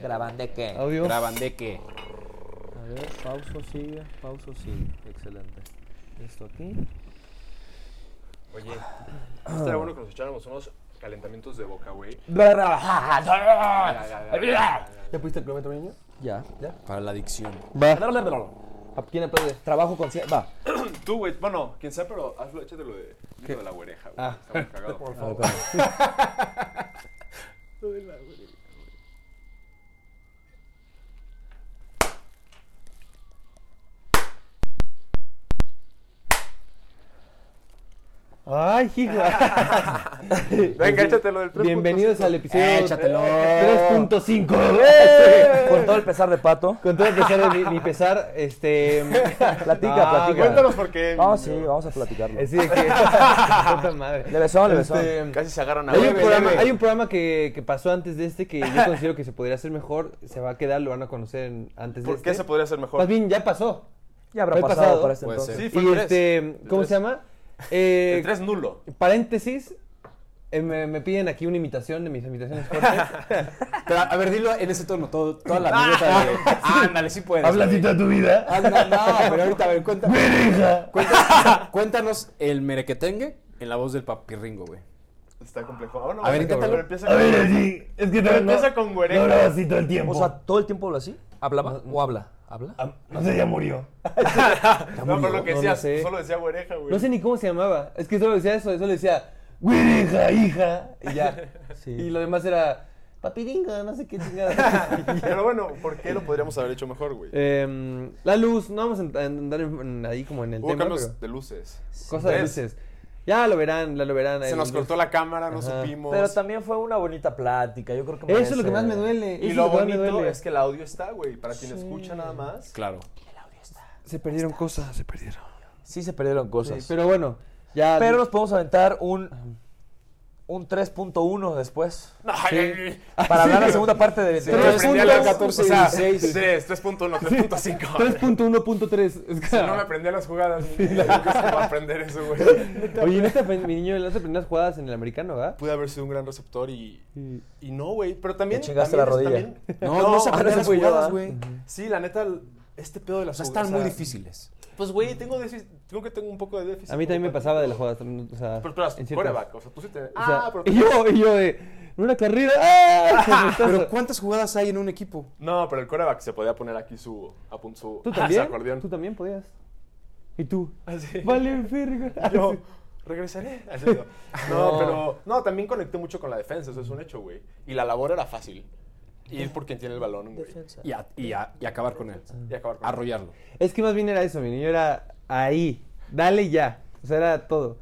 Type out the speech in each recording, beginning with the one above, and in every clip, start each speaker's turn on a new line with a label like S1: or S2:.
S1: ¿Graban de qué?
S2: Audio.
S3: ¿Graban de qué?
S2: A ver, pauso, sigue, pauso, sigue. Excelente. Listo aquí.
S4: Oye, estaría bueno que nos echáramos unos calentamientos de boca, güey.
S2: Ah,
S5: ¿Ya pusiste el cronómetro, niño?
S2: Ya.
S5: ¿Ya?
S3: Para la adicción.
S2: Va.
S5: ¿A quién aplaude?
S2: Trabajo con... cien- Va.
S4: Tú, güey, bueno, quién sabe, pero hazlo, échatelo de, dilo de la oreja, güey. Está muy cagado.
S5: Ah. Por favor.
S2: Ay, hija.
S4: Venga, échatelo del 3.5.
S5: Bienvenidos al episodio
S2: Eh, échatelo.
S5: 3.5.
S2: Con todo el pesar de pato.
S5: ¡Eh! Con todo el pesar de mi, mi pesar, este.
S2: Platica, platica.
S4: Cuéntanos por qué.
S5: Ah,
S2: No, Ah, sí, vamos a platicarlo.
S5: Así Eh, de que. puta madre.
S2: Le besó, le besó.
S5: Este,
S3: Casi se agarran a
S5: Hay un
S3: huevos.
S5: programa, hay un programa que, que pasó antes de este que yo considero que se podría hacer mejor. Se va a quedar, lo van a conocer en- antes de
S4: ¿Por
S5: este.
S4: qué se podría hacer
S5: Más
S4: mejor?
S5: bien, ya pasó.
S2: Ya habrá
S5: ¿Fue pasado?
S2: pasado, para este
S3: Puede
S2: entonces.
S4: Sí, fue
S5: Y
S4: el 3.
S5: este. ¿Cómo se llama? Eh,
S4: El 3 nulo.
S5: Paréntesis. eh, me, me piden aquí una imitación de mis imitaciones fuertes.
S3: Pero, a ver, dilo en ese tono, todo- toda la anécdota de... Ah, ándale, sí puedes. güey.
S5: tu vida.
S3: Ah, no, no, pero ahorita, a ver, cuéntanos. Cuéntanos, cuéntanos el merequetengue en la voz del papirringo, güey.
S4: Está complejo. Ah, bueno,
S3: A ver,
S4: bueno,
S3: inténtalo.
S4: pero empieza con...
S5: así. Es que
S4: Pero empieza con güereja.
S5: todo el tiempo.
S2: O sea, ¿todo el tiempo habla así? ¿Hablaba o habla? ¿Habla?
S5: no sé, ya murió.
S4: No, pero lo que
S5: no, no
S4: decías,
S5: sé.
S4: solo decía oreja, güey.
S5: No sé ni cómo se llamaba. Es que solo decía eso, solo decía, güereja, hija. Y ya. Y lo demás era, papiringa, no sé qué chingada.
S4: Pero bueno, ¿por qué lo podríamos haber hecho mejor, güey?
S5: Em, la luz, no vamos a en- a andar en- en- ahí como en el
S4: Hubo
S5: tema.
S4: cambios
S5: pero-
S4: de luces.
S5: Cosa de
S4: Tres.
S5: luces. Ya lo verán, la lo verán. ahí
S4: Se
S5: en
S4: nos
S5: los-
S4: cortó la cámara, no
S5: Ajá.
S4: supimos.
S2: Pero también fue una bonita plática. Yo creo que
S5: Eso es
S2: merece-
S5: lo que más me duele. eso
S4: Y
S5: es
S4: lo
S5: que más me
S4: bonito
S5: duele.
S4: es que el audio está, güey. Para quien escucha nada más.
S3: Claro.
S5: se perdieron cosas, se perdieron.
S2: Sí se perdieron
S5: Sí,
S2: cosas. pero...
S5: pero bueno, ya.
S2: nos podemos aventar un, un 3.1 después.
S4: Ay,
S5: Ah,
S2: Para hablar la segunda parte de... de-
S3: Pero
S4: me
S3: es un
S4: aprendí a la-
S3: 14,
S4: o sea,
S3: 16.
S4: tres, 3.1, 3.5.
S5: 3.1.3. Es que-
S4: Si no me aprendí a las jugadas, ni- ni nunca se va a aprender eso, güey.
S5: Oye, ¿no te aprend- mi niño, ¿no te aprendí las jugadas en el americano, ah? verdad?
S4: Pude haber sido un gran receptor y,
S5: Sí.
S4: y no, güey. Pero también.
S2: Te chingaste
S4: también-
S2: la rodilla.
S4: también-
S3: No, no, se aprenden
S2: no
S3: las
S2: fui yo,
S3: jugadas,
S2: ¿ah?
S3: güey.
S4: Sí, la neta, el- este pedo de
S3: O
S4: las
S3: sea,
S4: jugadas.
S3: están muy difíciles.
S4: Pues, güey, tengo, defi- tengo que tengo un poco de déficit.
S5: A mí también me
S4: como
S5: pasaba de las jugadas. también, O sea,
S4: Pero esperas,
S5: en ciertas-
S4: coreback. O sea, tú sí te.
S5: o sea,
S4: ah, pero.
S5: y yo, y yo de. En una carrera. ¡ah!
S3: Pero ¿cuántas jugadas hay en un equipo?
S4: No, pero el coreback se podía poner aquí su. Apun, su
S5: ¿Tú
S4: Su
S5: también?
S4: Ah, acordeón.
S5: Tú también podías. ¿Y tú?
S4: Así.
S5: Vale, verga.
S4: Yo regresaré. Así, no. no,
S5: No.
S4: pero. No, también conecté mucho con la defensa, eso es un hecho, güey. Y la labor era fácil. Ir por quien tiene el balón, güey.
S3: Y, a- y a- y acabar con él.
S4: Y acabar con
S3: Arrollarlo.
S5: Es que más bien era eso, mi niño. Era ahí. Dale ya. O sea, era todo.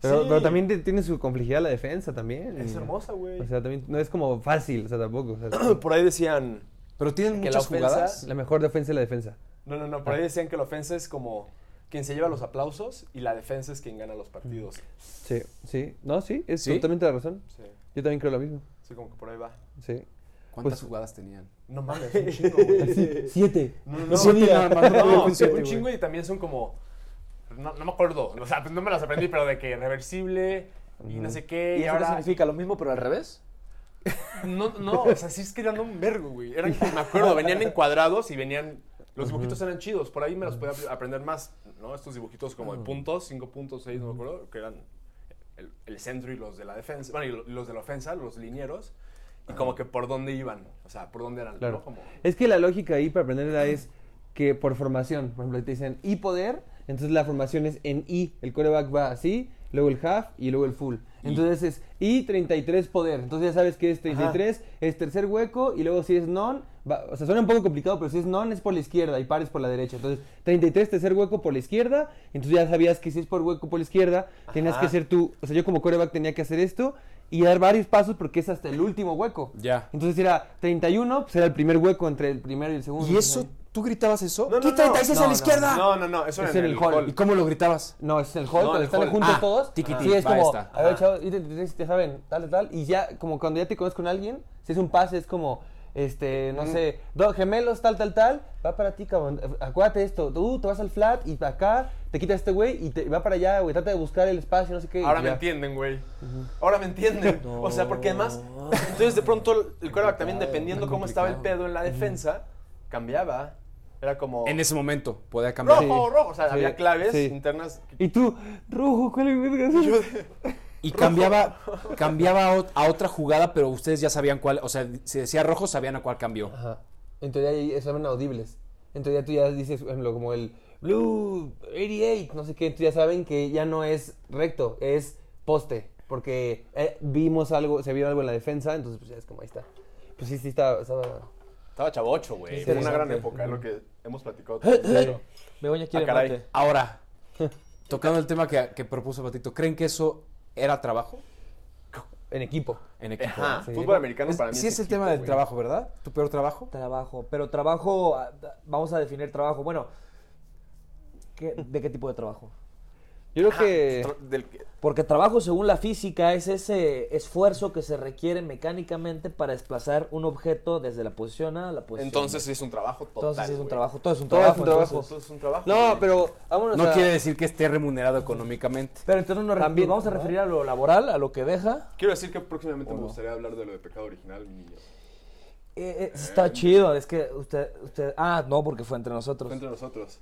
S5: Pero,
S4: Sí.
S5: pero también te- tiene su complejidad la defensa también.
S4: Es hermosa, güey.
S5: O sea, también no es como fácil, o sea, tampoco. o sea,
S4: Por ahí decían.
S3: Pero tienen
S4: Que la
S3: muchas
S4: ofensa-
S3: jugadas.
S5: la mejor defensa es la defensa.
S4: No, no, no,
S5: Ah.
S4: por ahí decían que la ofensa es como quien se lleva los aplausos y la defensa es quien gana los partidos.
S5: Sí, sí. No, sí, es
S3: ¿Sí?
S5: totalmente la razón.
S4: Sí,
S5: Yo también creo lo mismo.
S4: sí, como que por ahí va.
S5: Sí.
S3: ¿Cuántas
S5: Pues-
S3: jugadas tenían?
S4: No mames, un chingo, güey.
S5: Siete.
S4: No, no,
S3: No, siete nada más, no,
S4: No,
S3: fue siete,
S4: un
S3: güey.
S4: chingo y también son como. No, no me acuerdo, o sea, pues no me las aprendí, pero de que reversible y no sé qué.
S1: ¿Y
S4: Y,
S1: eso qué
S4: ahora.
S1: significa? ¿Lo mismo pero al revés?
S4: No, no, o sea, sí es que eran un vergo, güey. Eran, me acuerdo, venían en cuadrados y venían. Los dibujitos eran chidos, por ahí me los podía ap- aprender más, ¿no? Estos dibujitos como de puntos, cinco puntos, seis, no me acuerdo, que eran el, el centro y los de la defensa, bueno, y lo- los de la ofensa, los linieros, y como que por dónde iban, o sea, por dónde eran,
S5: Claro.
S4: ¿no? Como,
S5: Es que la lógica ahí para aprenderla es que por formación, por ejemplo, te dicen y poder, entonces la formación es en I. El coreback va así, luego el half y luego el full. Entonces es I 33 poder. Entonces ya sabes que es 33, es tercer hueco y luego si es non, va- o sea, suena un poco complicado, pero si es non es por la izquierda y par es por la derecha. Entonces 33 tercer hueco por la izquierda, entonces ya sabías que si es por hueco por la izquierda, tenías que hacer tú, o sea, yo como coreback tenía que hacer esto y dar varios pasos porque es hasta el último hueco.
S3: Ya.
S5: Entonces era 31, pues era el primer hueco entre el primero y el segundo.
S3: ¿Y eso? ¿Tú gritabas eso?
S4: No, no,
S3: ¡Tú
S4: no.
S3: 36 a
S5: No,
S3: la
S5: no,
S3: izquierda!
S4: No, no, no, eso era
S5: Es
S4: en
S5: en el
S4: el
S5: hall.
S4: hall.
S3: ¿Y cómo lo gritabas?
S5: No, ese es el hall,
S4: No,
S5: cuando
S4: el
S5: están
S4: hall.
S5: juntos
S3: Ah,
S5: todos.
S3: tiquití,
S5: sí, es
S3: va
S5: como,
S3: esta.
S5: a ver, chavos, y te, te- te saben, tal, tal, y ya, como cuando ya te conoces con alguien, si es un pase, es como, este, no sé, dos gemelos, tal, tal, tal, va para ti, cabrón, eh, acuérdate esto, tú te vas al flat y para acá, te quita este güey y te va para allá, güey, trata de buscar el espacio, no sé qué. y
S4: Ahora me
S5: ya.
S4: entienden, güey. Ahora me entienden. O sea, porque además Entonces, de pronto, el- el quarterback también, dependiendo cómo estaba el pedo en la defensa, cambiaba. Era como.
S3: En ese momento podía cambiar.
S4: rojo,
S5: Sí.
S4: rojo. O sea,
S5: Sí.
S4: había claves
S5: Sí.
S4: internas.
S5: Y tú, rojo, ¿cuál es verga?
S3: Y cambiaba, cambiaba a ot- a otra jugada, pero ustedes ya sabían cuál. O sea, si decía rojo, sabían a cuál cambió.
S5: Ajá. Entonces ahí estaban audibles. Entonces ya tú ya dices, por ejemplo, como el Blue 88, no sé qué, entonces ya saben que ya no es recto, es poste. Porque eh, vimos algo, se vio algo en la defensa, entonces pues ya es como ahí está. Pues sí, sí, estaba. estaba-
S4: Estaba chavocho, güey. Fue una gran época, es lo que hemos platicado.
S2: Begoña
S4: Ah,
S2: quiere
S4: caray.
S2: mate.
S3: Ahora, tocando el tema que, que propuso Patito, ¿creen que eso era trabajo
S5: En equipo.
S3: en equipo?
S4: Ajá.
S3: Sí.
S4: Fútbol americano
S3: Es-
S4: para mí.
S3: sí, es el tema del trabajo, ¿verdad? ¿Tu peor trabajo?
S2: Trabajo, pero trabajo, ah, da- vamos a definir trabajo. Bueno, ¿qué- ¿de qué tipo de trabajo?
S5: Yo creo que.
S2: Porque trabajo según la física es ese esfuerzo que se requiere mecánicamente para desplazar un objeto desde la posición A a la posición
S4: Entonces
S2: B.
S4: sí es un trabajo total.
S2: Pues entonces es un
S4: güey.
S2: trabajo, todo es un
S5: Todo
S2: trabajo.
S5: es un trabajo.
S2: entonces-
S4: Eso es un trabajo.
S5: No,
S4: güey.
S5: pero vámonos
S3: No
S5: a-
S3: quiere decir que esté remunerado económicamente.
S2: pero entonces nos, re-
S5: También,
S2: nos vamos a
S5: ¿no?
S2: referir a lo laboral, a lo que deja.
S4: Quiero decir que próximamente me gustaría hablar de lo de pecado original, mi niño.
S2: Eh, eh, está chido, es que usted, usted, ah, no, porque fue entre nosotros.
S4: Fue entre nosotros.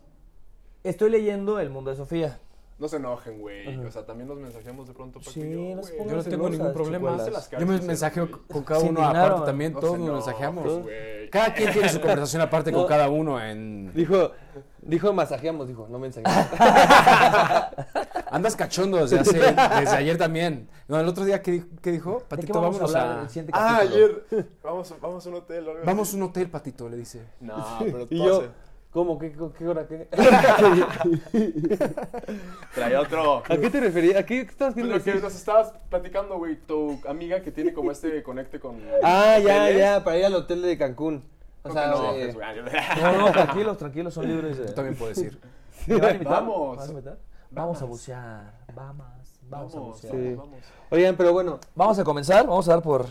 S2: Estoy leyendo El Mundo de Sofía.
S4: No se enojen, güey. O sea, también nos mensajeamos de pronto. Paco y
S2: Sí,
S4: yo,
S2: no
S4: güey.
S2: se pongan
S3: Yo no tengo
S2: celosas,
S3: ningún problema.
S2: chicuelas.
S4: Se las
S3: Yo me
S4: caricias,
S3: mensajeo
S4: güey.
S3: con cada
S2: Se
S3: uno
S2: indignaron.
S3: aparte también,
S4: No
S3: todos
S4: se
S3: nos
S4: enojes,
S3: mensajeamos.
S4: güey.
S3: Cada quien tiene su conversación aparte con cada uno en...
S5: Dijo, dijo masajeamos, dijo, no mensajeamos.
S3: Andas cachondo desde hace... desde ayer también. No, el otro día, ¿qué, di- qué dijo?
S2: ¿De qué
S3: Patito,
S2: vamos
S3: vámonos
S2: a hablar en
S3: a...
S2: el siguiente
S4: Ah,
S2: capítulo?
S4: ayer. Vamos, vamos a un hotel. o algo así.
S3: Vamos a un hotel, Patito, le dice.
S4: No, pero
S5: y
S4: todo
S5: yo,
S4: se-
S5: ¿cómo? ¿Qué, qué- qué hora? ¿Qué?
S4: Trae otro.
S5: ¿A qué te referías? ¿A qué estabas
S4: Pues
S5: queriendo
S4: Lo que
S5: decir?
S4: nos estabas platicando, güey, tu amiga que tiene como este conecte con.
S5: Ah, ya,
S4: hoteles.
S5: ya, para ir al hotel de Cancún. O
S4: No
S5: sea,
S4: te
S5: eh,
S4: enojes, güey.
S2: No, no, tranquilos, tranquilos, son libres. de-
S3: Yo también puedo decir.
S2: ¿Me van a invitar?
S4: Vamos.
S2: ¿Me vas a invitar? Vamos a bucear. Vamos, vamos a
S4: Vamos,
S2: bucear.
S5: sí.
S4: vamos.
S5: Oigan, pero bueno,
S2: Vamos a comenzar, vamos a dar por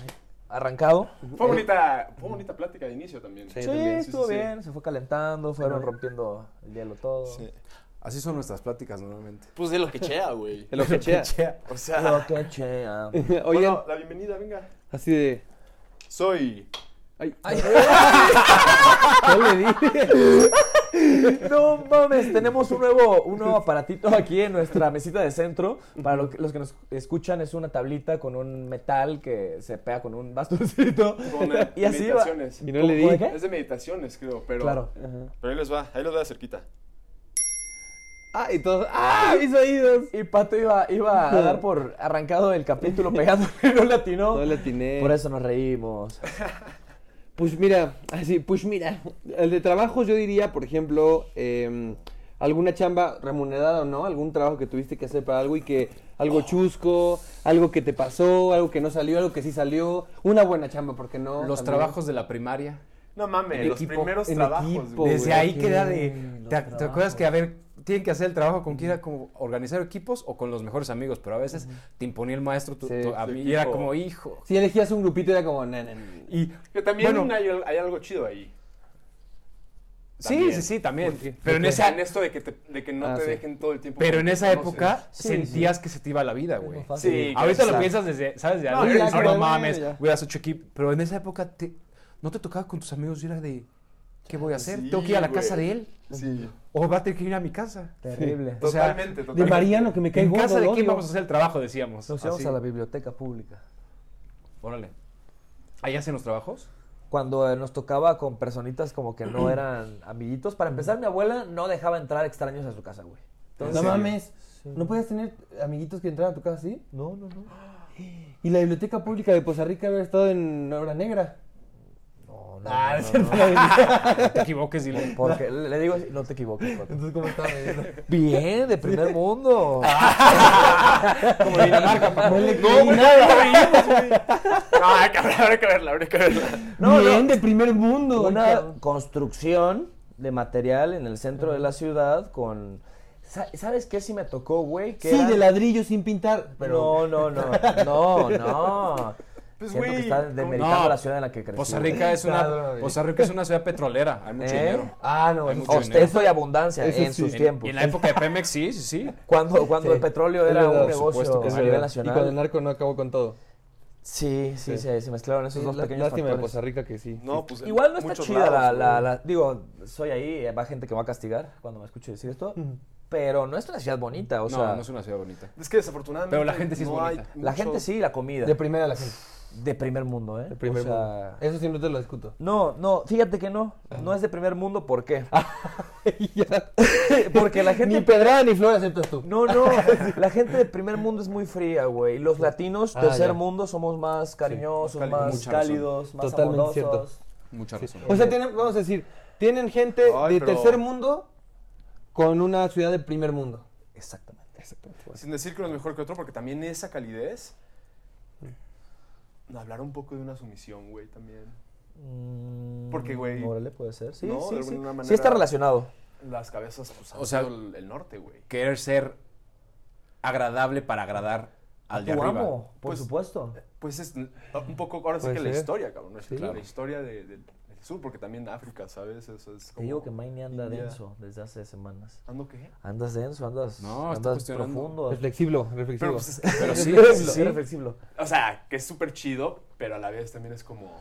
S2: arrancado.
S4: Fue bonita, fue bonita plática de inicio también.
S5: Eh. Sí, también,
S2: estuvo
S4: sí, sí.
S2: bien, se fue calentando, fueron rompiendo el hielo todo.
S3: Así son nuestras pláticas normalmente.
S4: Pues de lo que chea, güey.
S5: el Ochechea.
S4: O sea,
S2: Lo que chea.
S5: Oigan,
S4: bueno, la bienvenida, venga.
S5: así de.
S4: Soy.
S5: Ay,
S2: ¿Qué le dije? No mames, tenemos un nuevo, un nuevo aparatito aquí en nuestra mesita de centro. Para lo que- los que nos escuchan, es una tablita con un metal que se pega con un bastoncito.
S4: Con eh,
S2: Y así va.
S4: meditaciones.
S5: y no le di.
S2: ¿Cómo de qué?
S4: Es de meditaciones, creo, pero.
S2: Claro.
S5: Ajá.
S4: Pero ahí les va, ahí los va cerquita.
S5: Ah, y todos. ¡Ah! Mis oídos.
S2: Y Pato iba, iba a dar por arrancado el capítulo pegando no le atinó.
S5: No le atiné.
S2: Por eso nos reímos.
S5: Pues mira, así, pues mira. El de trabajos yo diría, por ejemplo, eh, alguna chamba remunerada o no, algún trabajo que tuviste que hacer para algo y que algo chusco, algo que te pasó, algo que no salió, algo que sí salió, una buena chamba, porque no.
S3: Los
S5: También.
S3: trabajos de la primaria.
S4: No mames,
S5: En
S4: los
S5: equipo,
S4: primeros
S5: en
S4: trabajos,
S5: equipo,
S4: Oh, güey.
S3: Desde
S5: güey.
S3: ahí
S5: Sí,
S3: queda de. ¿Te,
S2: los
S3: te acuerdas
S2: trabajos.
S3: que, a ver, tienen que hacer el trabajo con quién era como organizar equipos o con los mejores amigos, pero a veces te imponía el maestro tu-
S5: Sí,
S3: tu- a
S4: su
S3: mí y era
S4: equipo.
S3: como hijo.
S5: Si elegías un grupito era como. "Na, na, na".
S3: Y
S4: Que también
S3: Bueno.
S4: hay, hay algo chido ahí.
S3: sí,
S4: También.
S3: sí, sí, también. Pero
S4: Pero
S3: en esa,
S4: pues, en esto de que, te- de que no
S5: Ah,
S4: te
S5: sí.
S4: dejen todo el tiempo.
S3: pero
S4: que
S3: en
S4: te
S3: esa
S4: conoces.
S3: época
S2: Sí,
S3: sentías que se te iba la vida, güey.
S2: fácil.
S4: Sí,
S3: Ahorita lo
S4: exacto.
S3: piensas desde, ¿sabes? De
S4: No,
S3: adulto,
S4: ya,
S3: dices,
S5: ya,
S3: no
S5: ya,
S3: mames,
S5: ya.
S3: hubieras hecho equipo. Pero en esa época te, no te tocaba con tus amigos y era de, ¿qué voy a hacer?
S4: Sí,
S3: ¿Tengo que ir a la
S4: güey.
S3: casa de él?
S4: Sí.
S3: ¿O va a tener que ir a mi casa?
S2: Terrible.
S3: O sea,
S4: Totalmente, totalmente.
S5: De Mariano, que me cae
S3: ¿En
S5: gordo,
S3: casa de
S5: lo
S3: quién
S5: odio.
S3: vamos a hacer el trabajo? Decíamos.
S4: Ah,
S2: Nos íbamos
S3: Así.
S2: a la biblioteca pública.
S3: Órale. ¿Ahí hacen los trabajos?
S2: Cuando eh, nos tocaba con personitas como que no eran amiguitos. Para empezar, mi abuela no dejaba entrar extraños a su casa, güey.
S5: No mames. ¿No podías tener amiguitos que entraran a tu casa así?
S2: No, no, no.
S5: Y la biblioteca pública de Poza Rica había estado en obra negra.
S2: No, no.
S5: Ah,
S2: no,
S5: es
S2: no, no.
S3: No te equivoques, dile.
S2: Porque le le digo, no te equivoques. Paco".
S5: Entonces, ¿cómo estaba midiendo?
S2: Bien, de primer mundo.
S3: Como Dinamarca, papá.
S4: No, güey, no reímos, güey. No, hay que verla, habrá que verla, habrá que verla.
S2: No,
S5: Bien, de primer mundo.
S2: Una construcción de material en el centro de la ciudad con... Sa- ¿Sabes qué sí me tocó, güey? Que
S5: Sí,
S2: eran-
S5: de ladrillo sin pintar. Pero
S2: No, no, no. No, no.
S4: Pues,
S2: Siento
S4: güey,
S2: que está
S4: ¿cómo?
S2: demeritando
S3: No,
S2: la ciudad en la que crecí.
S3: Poza
S2: güey.
S3: Rica es
S5: Claro,
S3: una,
S5: güey.
S3: Poza Rica es una ciudad petrolera. Hay mucho
S2: ¿Eh?
S3: dinero.
S2: Ah, no,
S3: Hay
S2: es-
S3: mucho dinero.
S2: ostenso y abundancia
S5: Eso
S2: en
S5: sí.
S2: sus
S5: En-
S2: tiempos.
S3: Y en la época de Pemex, sí, sí, sí.
S2: Cuando, cuando
S5: Sí.
S2: el petróleo
S5: Es
S2: era
S5: verdad,
S2: un
S5: por
S2: negocio
S3: supuesto que
S2: a
S3: es
S2: nivel
S3: verdad.
S5: Y cuando el
S2: nacional.
S5: narco no acabó con todo.
S2: Sí, sí,
S5: Sí.
S2: Se, se mezclaron esos
S5: Sí,
S2: dos
S5: lá-
S2: pequeños
S5: Lástima de
S2: factores.
S5: Costa Rica que sí.
S4: No, pues,
S2: Igual no está
S4: muchos
S2: chida la,
S4: lados,
S2: la-
S4: güey.
S2: la- Digo, soy ahí, eh, va gente que me va a castigar cuando me escuche decir esto. Pero no es una ciudad bonita, o
S3: no,
S2: sea.
S3: no es una ciudad bonita.
S4: Es que desafortunadamente.
S3: Pero la gente sí es
S4: no
S3: bonita.
S4: hay
S2: La gente
S4: mucho-
S2: sí, la comida.
S5: De
S2: De,
S5: primera la gente.
S2: primer mundo, ¿eh?
S5: De primer
S2: O sea,
S5: mundo. Eso sí no te lo discuto.
S2: No, no, fíjate que no. No es de primer mundo, ¿por qué?
S5: Ya.
S2: Porque la gente
S5: Ni pedrada ni flor aceptas tú.
S2: No, no, la gente de primer mundo es muy fría, güey. Los latinos,
S5: Ah,
S2: tercer
S5: ya.
S2: mundo, somos más cariñosos,
S3: cálidos.
S2: más
S3: Mucha razón.
S2: cálidos, más
S5: Totalmente
S2: amorosos.
S5: cierto.
S3: Mucha razón.
S5: O sea, tienen- vamos a decir, tienen gente
S4: Ay,
S5: de
S4: pero-
S5: tercer mundo con una ciudad de primer mundo.
S2: Exactamente.
S4: Sin decir que uno es mejor que otro, porque también esa calidez. Hablar un poco de una sumisión, güey, también.
S2: Mm,
S4: Porque, güey,
S2: Órale, puede ser. Sí,
S4: ¿no?
S2: sí,
S4: De
S2: sí.
S4: alguna manera-
S2: Sí está relacionado.
S4: Las cabezas, pues,
S3: O
S4: o
S3: sea,
S4: sea, el, el norte, güey.
S3: Querer ser agradable para agradar al de
S2: Tu
S3: arriba.
S2: amo, por
S4: Pues-
S2: supuesto.
S4: Pues es n- un poco, ahora sí
S5: Puede
S4: que la
S5: ser.
S4: historia, cabrón. ¿no? Es
S5: Sí.
S4: La historia de- del- del sur, porque también África, ¿sabes? Eso es
S2: Te
S4: como...
S2: digo que Maine anda
S4: India.
S2: denso desde hace semanas.
S4: ¿Ando qué?
S2: Andas denso, andas,
S3: No, está
S2: andas
S3: cuestionando.
S2: profundo.
S5: Reflexivo, reflexivo.
S4: Pero, pues, es que-
S3: Pero sí,
S2: Reflexivo,
S3: sí.
S2: reflexivo.
S4: o sea, que es súper chido, pero a la vez también es como...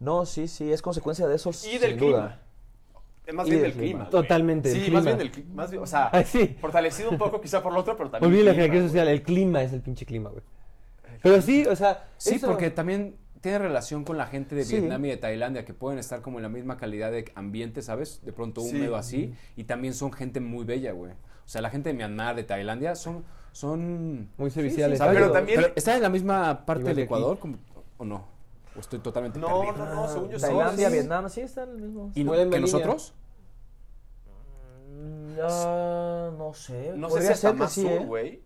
S2: No, sí, sí, es consecuencia de esos.
S4: Y del
S2: sin
S4: clima.
S2: duda.
S4: Eh, Más
S2: Y
S4: bien
S2: del
S4: del
S2: clima.
S4: clima. güey.
S5: Totalmente, del
S4: Sí, más
S5: clima.
S4: bien del clima. Más bien, o sea,
S5: Ay, sí.
S4: fortalecido un poco quizá por lo otro, pero también...
S5: Olviden la
S4: clima,
S5: jerarquía
S4: güey.
S5: social, el clima es el pinche clima, güey. Pero sí, o sea.
S3: Sí,
S5: eso-
S3: porque también tiene relación con la gente de
S2: Sí.
S3: Vietnam y de Tailandia, que pueden estar como en la misma calidad de ambiente, ¿sabes? De pronto
S4: Sí.
S3: húmedo así, y también son gente muy bella, güey. O sea, la gente de Myanmar, de Tailandia, son... son
S5: Muy serviciales.
S3: ¿sabes?
S4: Pero también-
S3: Pero, ¿Están en la misma parte del
S5: Igual que aquí.
S3: Ecuador como- o no? ¿O estoy totalmente
S4: No,
S3: perdido?
S4: no, no, según yo
S2: Ah, Tailandia,
S4: sí.
S2: Vietnam, sí están en el mismo.
S3: ¿Y
S5: Pueden
S3: que
S5: ver línea.
S3: nosotros?
S2: Mm, ah, no sé.
S4: No sé
S2: podría
S4: si hasta
S2: ser que
S4: más
S2: sí,
S4: sur,
S2: ¿eh?
S4: güey.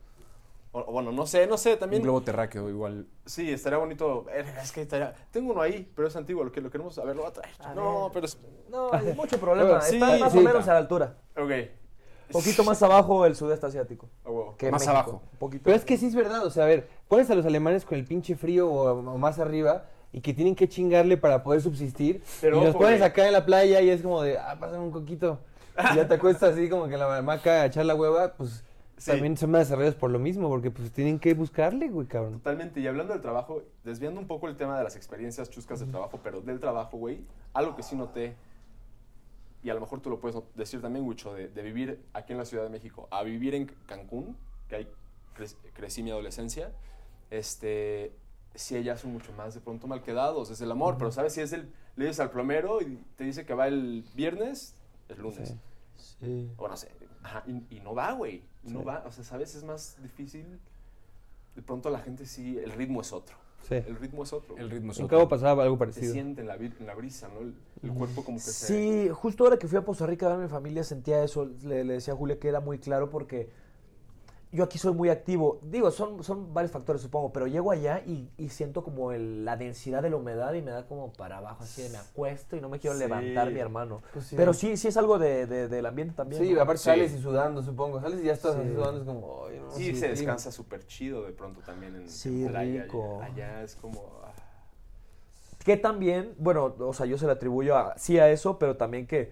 S4: O- o bueno, no sé, no sé, también...
S3: Un globo terráqueo igual.
S4: Sí, estaría bonito. Eh, Es que estaría... Tengo uno ahí, pero es antiguo, lo que lo queremos saber lo voy a traer.
S2: A
S4: no,
S2: ver.
S4: pero es...
S2: No, hay mucho problema.
S4: Sí,
S2: Está más
S4: sí.
S2: o menos a la altura.
S4: Ok.
S2: Un poquito más abajo el sudeste asiático.
S4: A huevo.
S2: que
S3: Más
S2: México.
S3: abajo.
S2: Un poquito.
S5: Pero es que sí es verdad, o sea, a ver, pones a los alemanes con el pinche frío o, o más arriba y que tienen que chingarle para poder subsistir.
S4: Pero
S5: y los
S4: ojo,
S5: pones
S4: güey.
S5: acá en la playa y es como de, ah, pásame un coquito. Y ya te acuestas así como que en la hamaca a echar la hueva, pues
S4: Sí.
S5: también son más desarrollados por lo mismo, porque pues tienen que buscarle, güey, cabrón.
S4: Totalmente, y hablando del trabajo, desviando un poco el tema de las experiencias chuscas de trabajo, pero del trabajo, güey, algo que sí noté, y a lo mejor tú lo puedes not- decir también, Wicho, de, de vivir aquí en la Ciudad de México a vivir en Cancún, que ahí cre- crecí mi adolescencia, este, sí, ellas son mucho más de pronto mal quedados, es el amor, pero sabes, si es el, le dices al plomero y te dice que va el viernes, el lunes.
S2: Sí.
S4: Bueno, sé, ajá, y, y no va, güey. y No va. O sea, ¿sabes? Es más difícil. De pronto la gente sí, el ritmo es otro.
S5: Sí.
S4: El ritmo es otro.
S3: El ritmo es
S5: En
S3: otro.
S5: Cabo pasaba algo
S4: Se
S5: parecido.
S4: siente en la, vi- en la brisa, ¿no? El, el cuerpo como que se...
S2: Sí, justo ahora que fui a Costa Rica a ver a mi familia sentía eso. Le, le decía a Julia que era muy claro porque yo aquí soy muy activo. Digo, son, son varios factores, supongo, pero llego allá y, y siento como el- la densidad de la humedad y me da como para abajo, así de me acuesto y no me quiero
S4: Sí.
S2: levantar, mi hermano.
S5: Pues sí.
S2: Pero sí, sí es algo de- de- del ambiente también.
S5: Sí,
S2: ¿no?
S5: aparte
S4: Sí.
S5: sales y sudando, supongo. Sales y ya estás
S2: Sí.
S5: así sudando, es como, ay, no.
S4: Sí,
S5: sí,
S4: se
S5: sí.
S4: descansa súper chido de pronto también en,
S2: Sí,
S4: en playa.
S2: rico.
S4: Allá, allá es como... ah,
S2: Que también, bueno, o sea, yo se lo atribuyo a, sí a eso, pero también que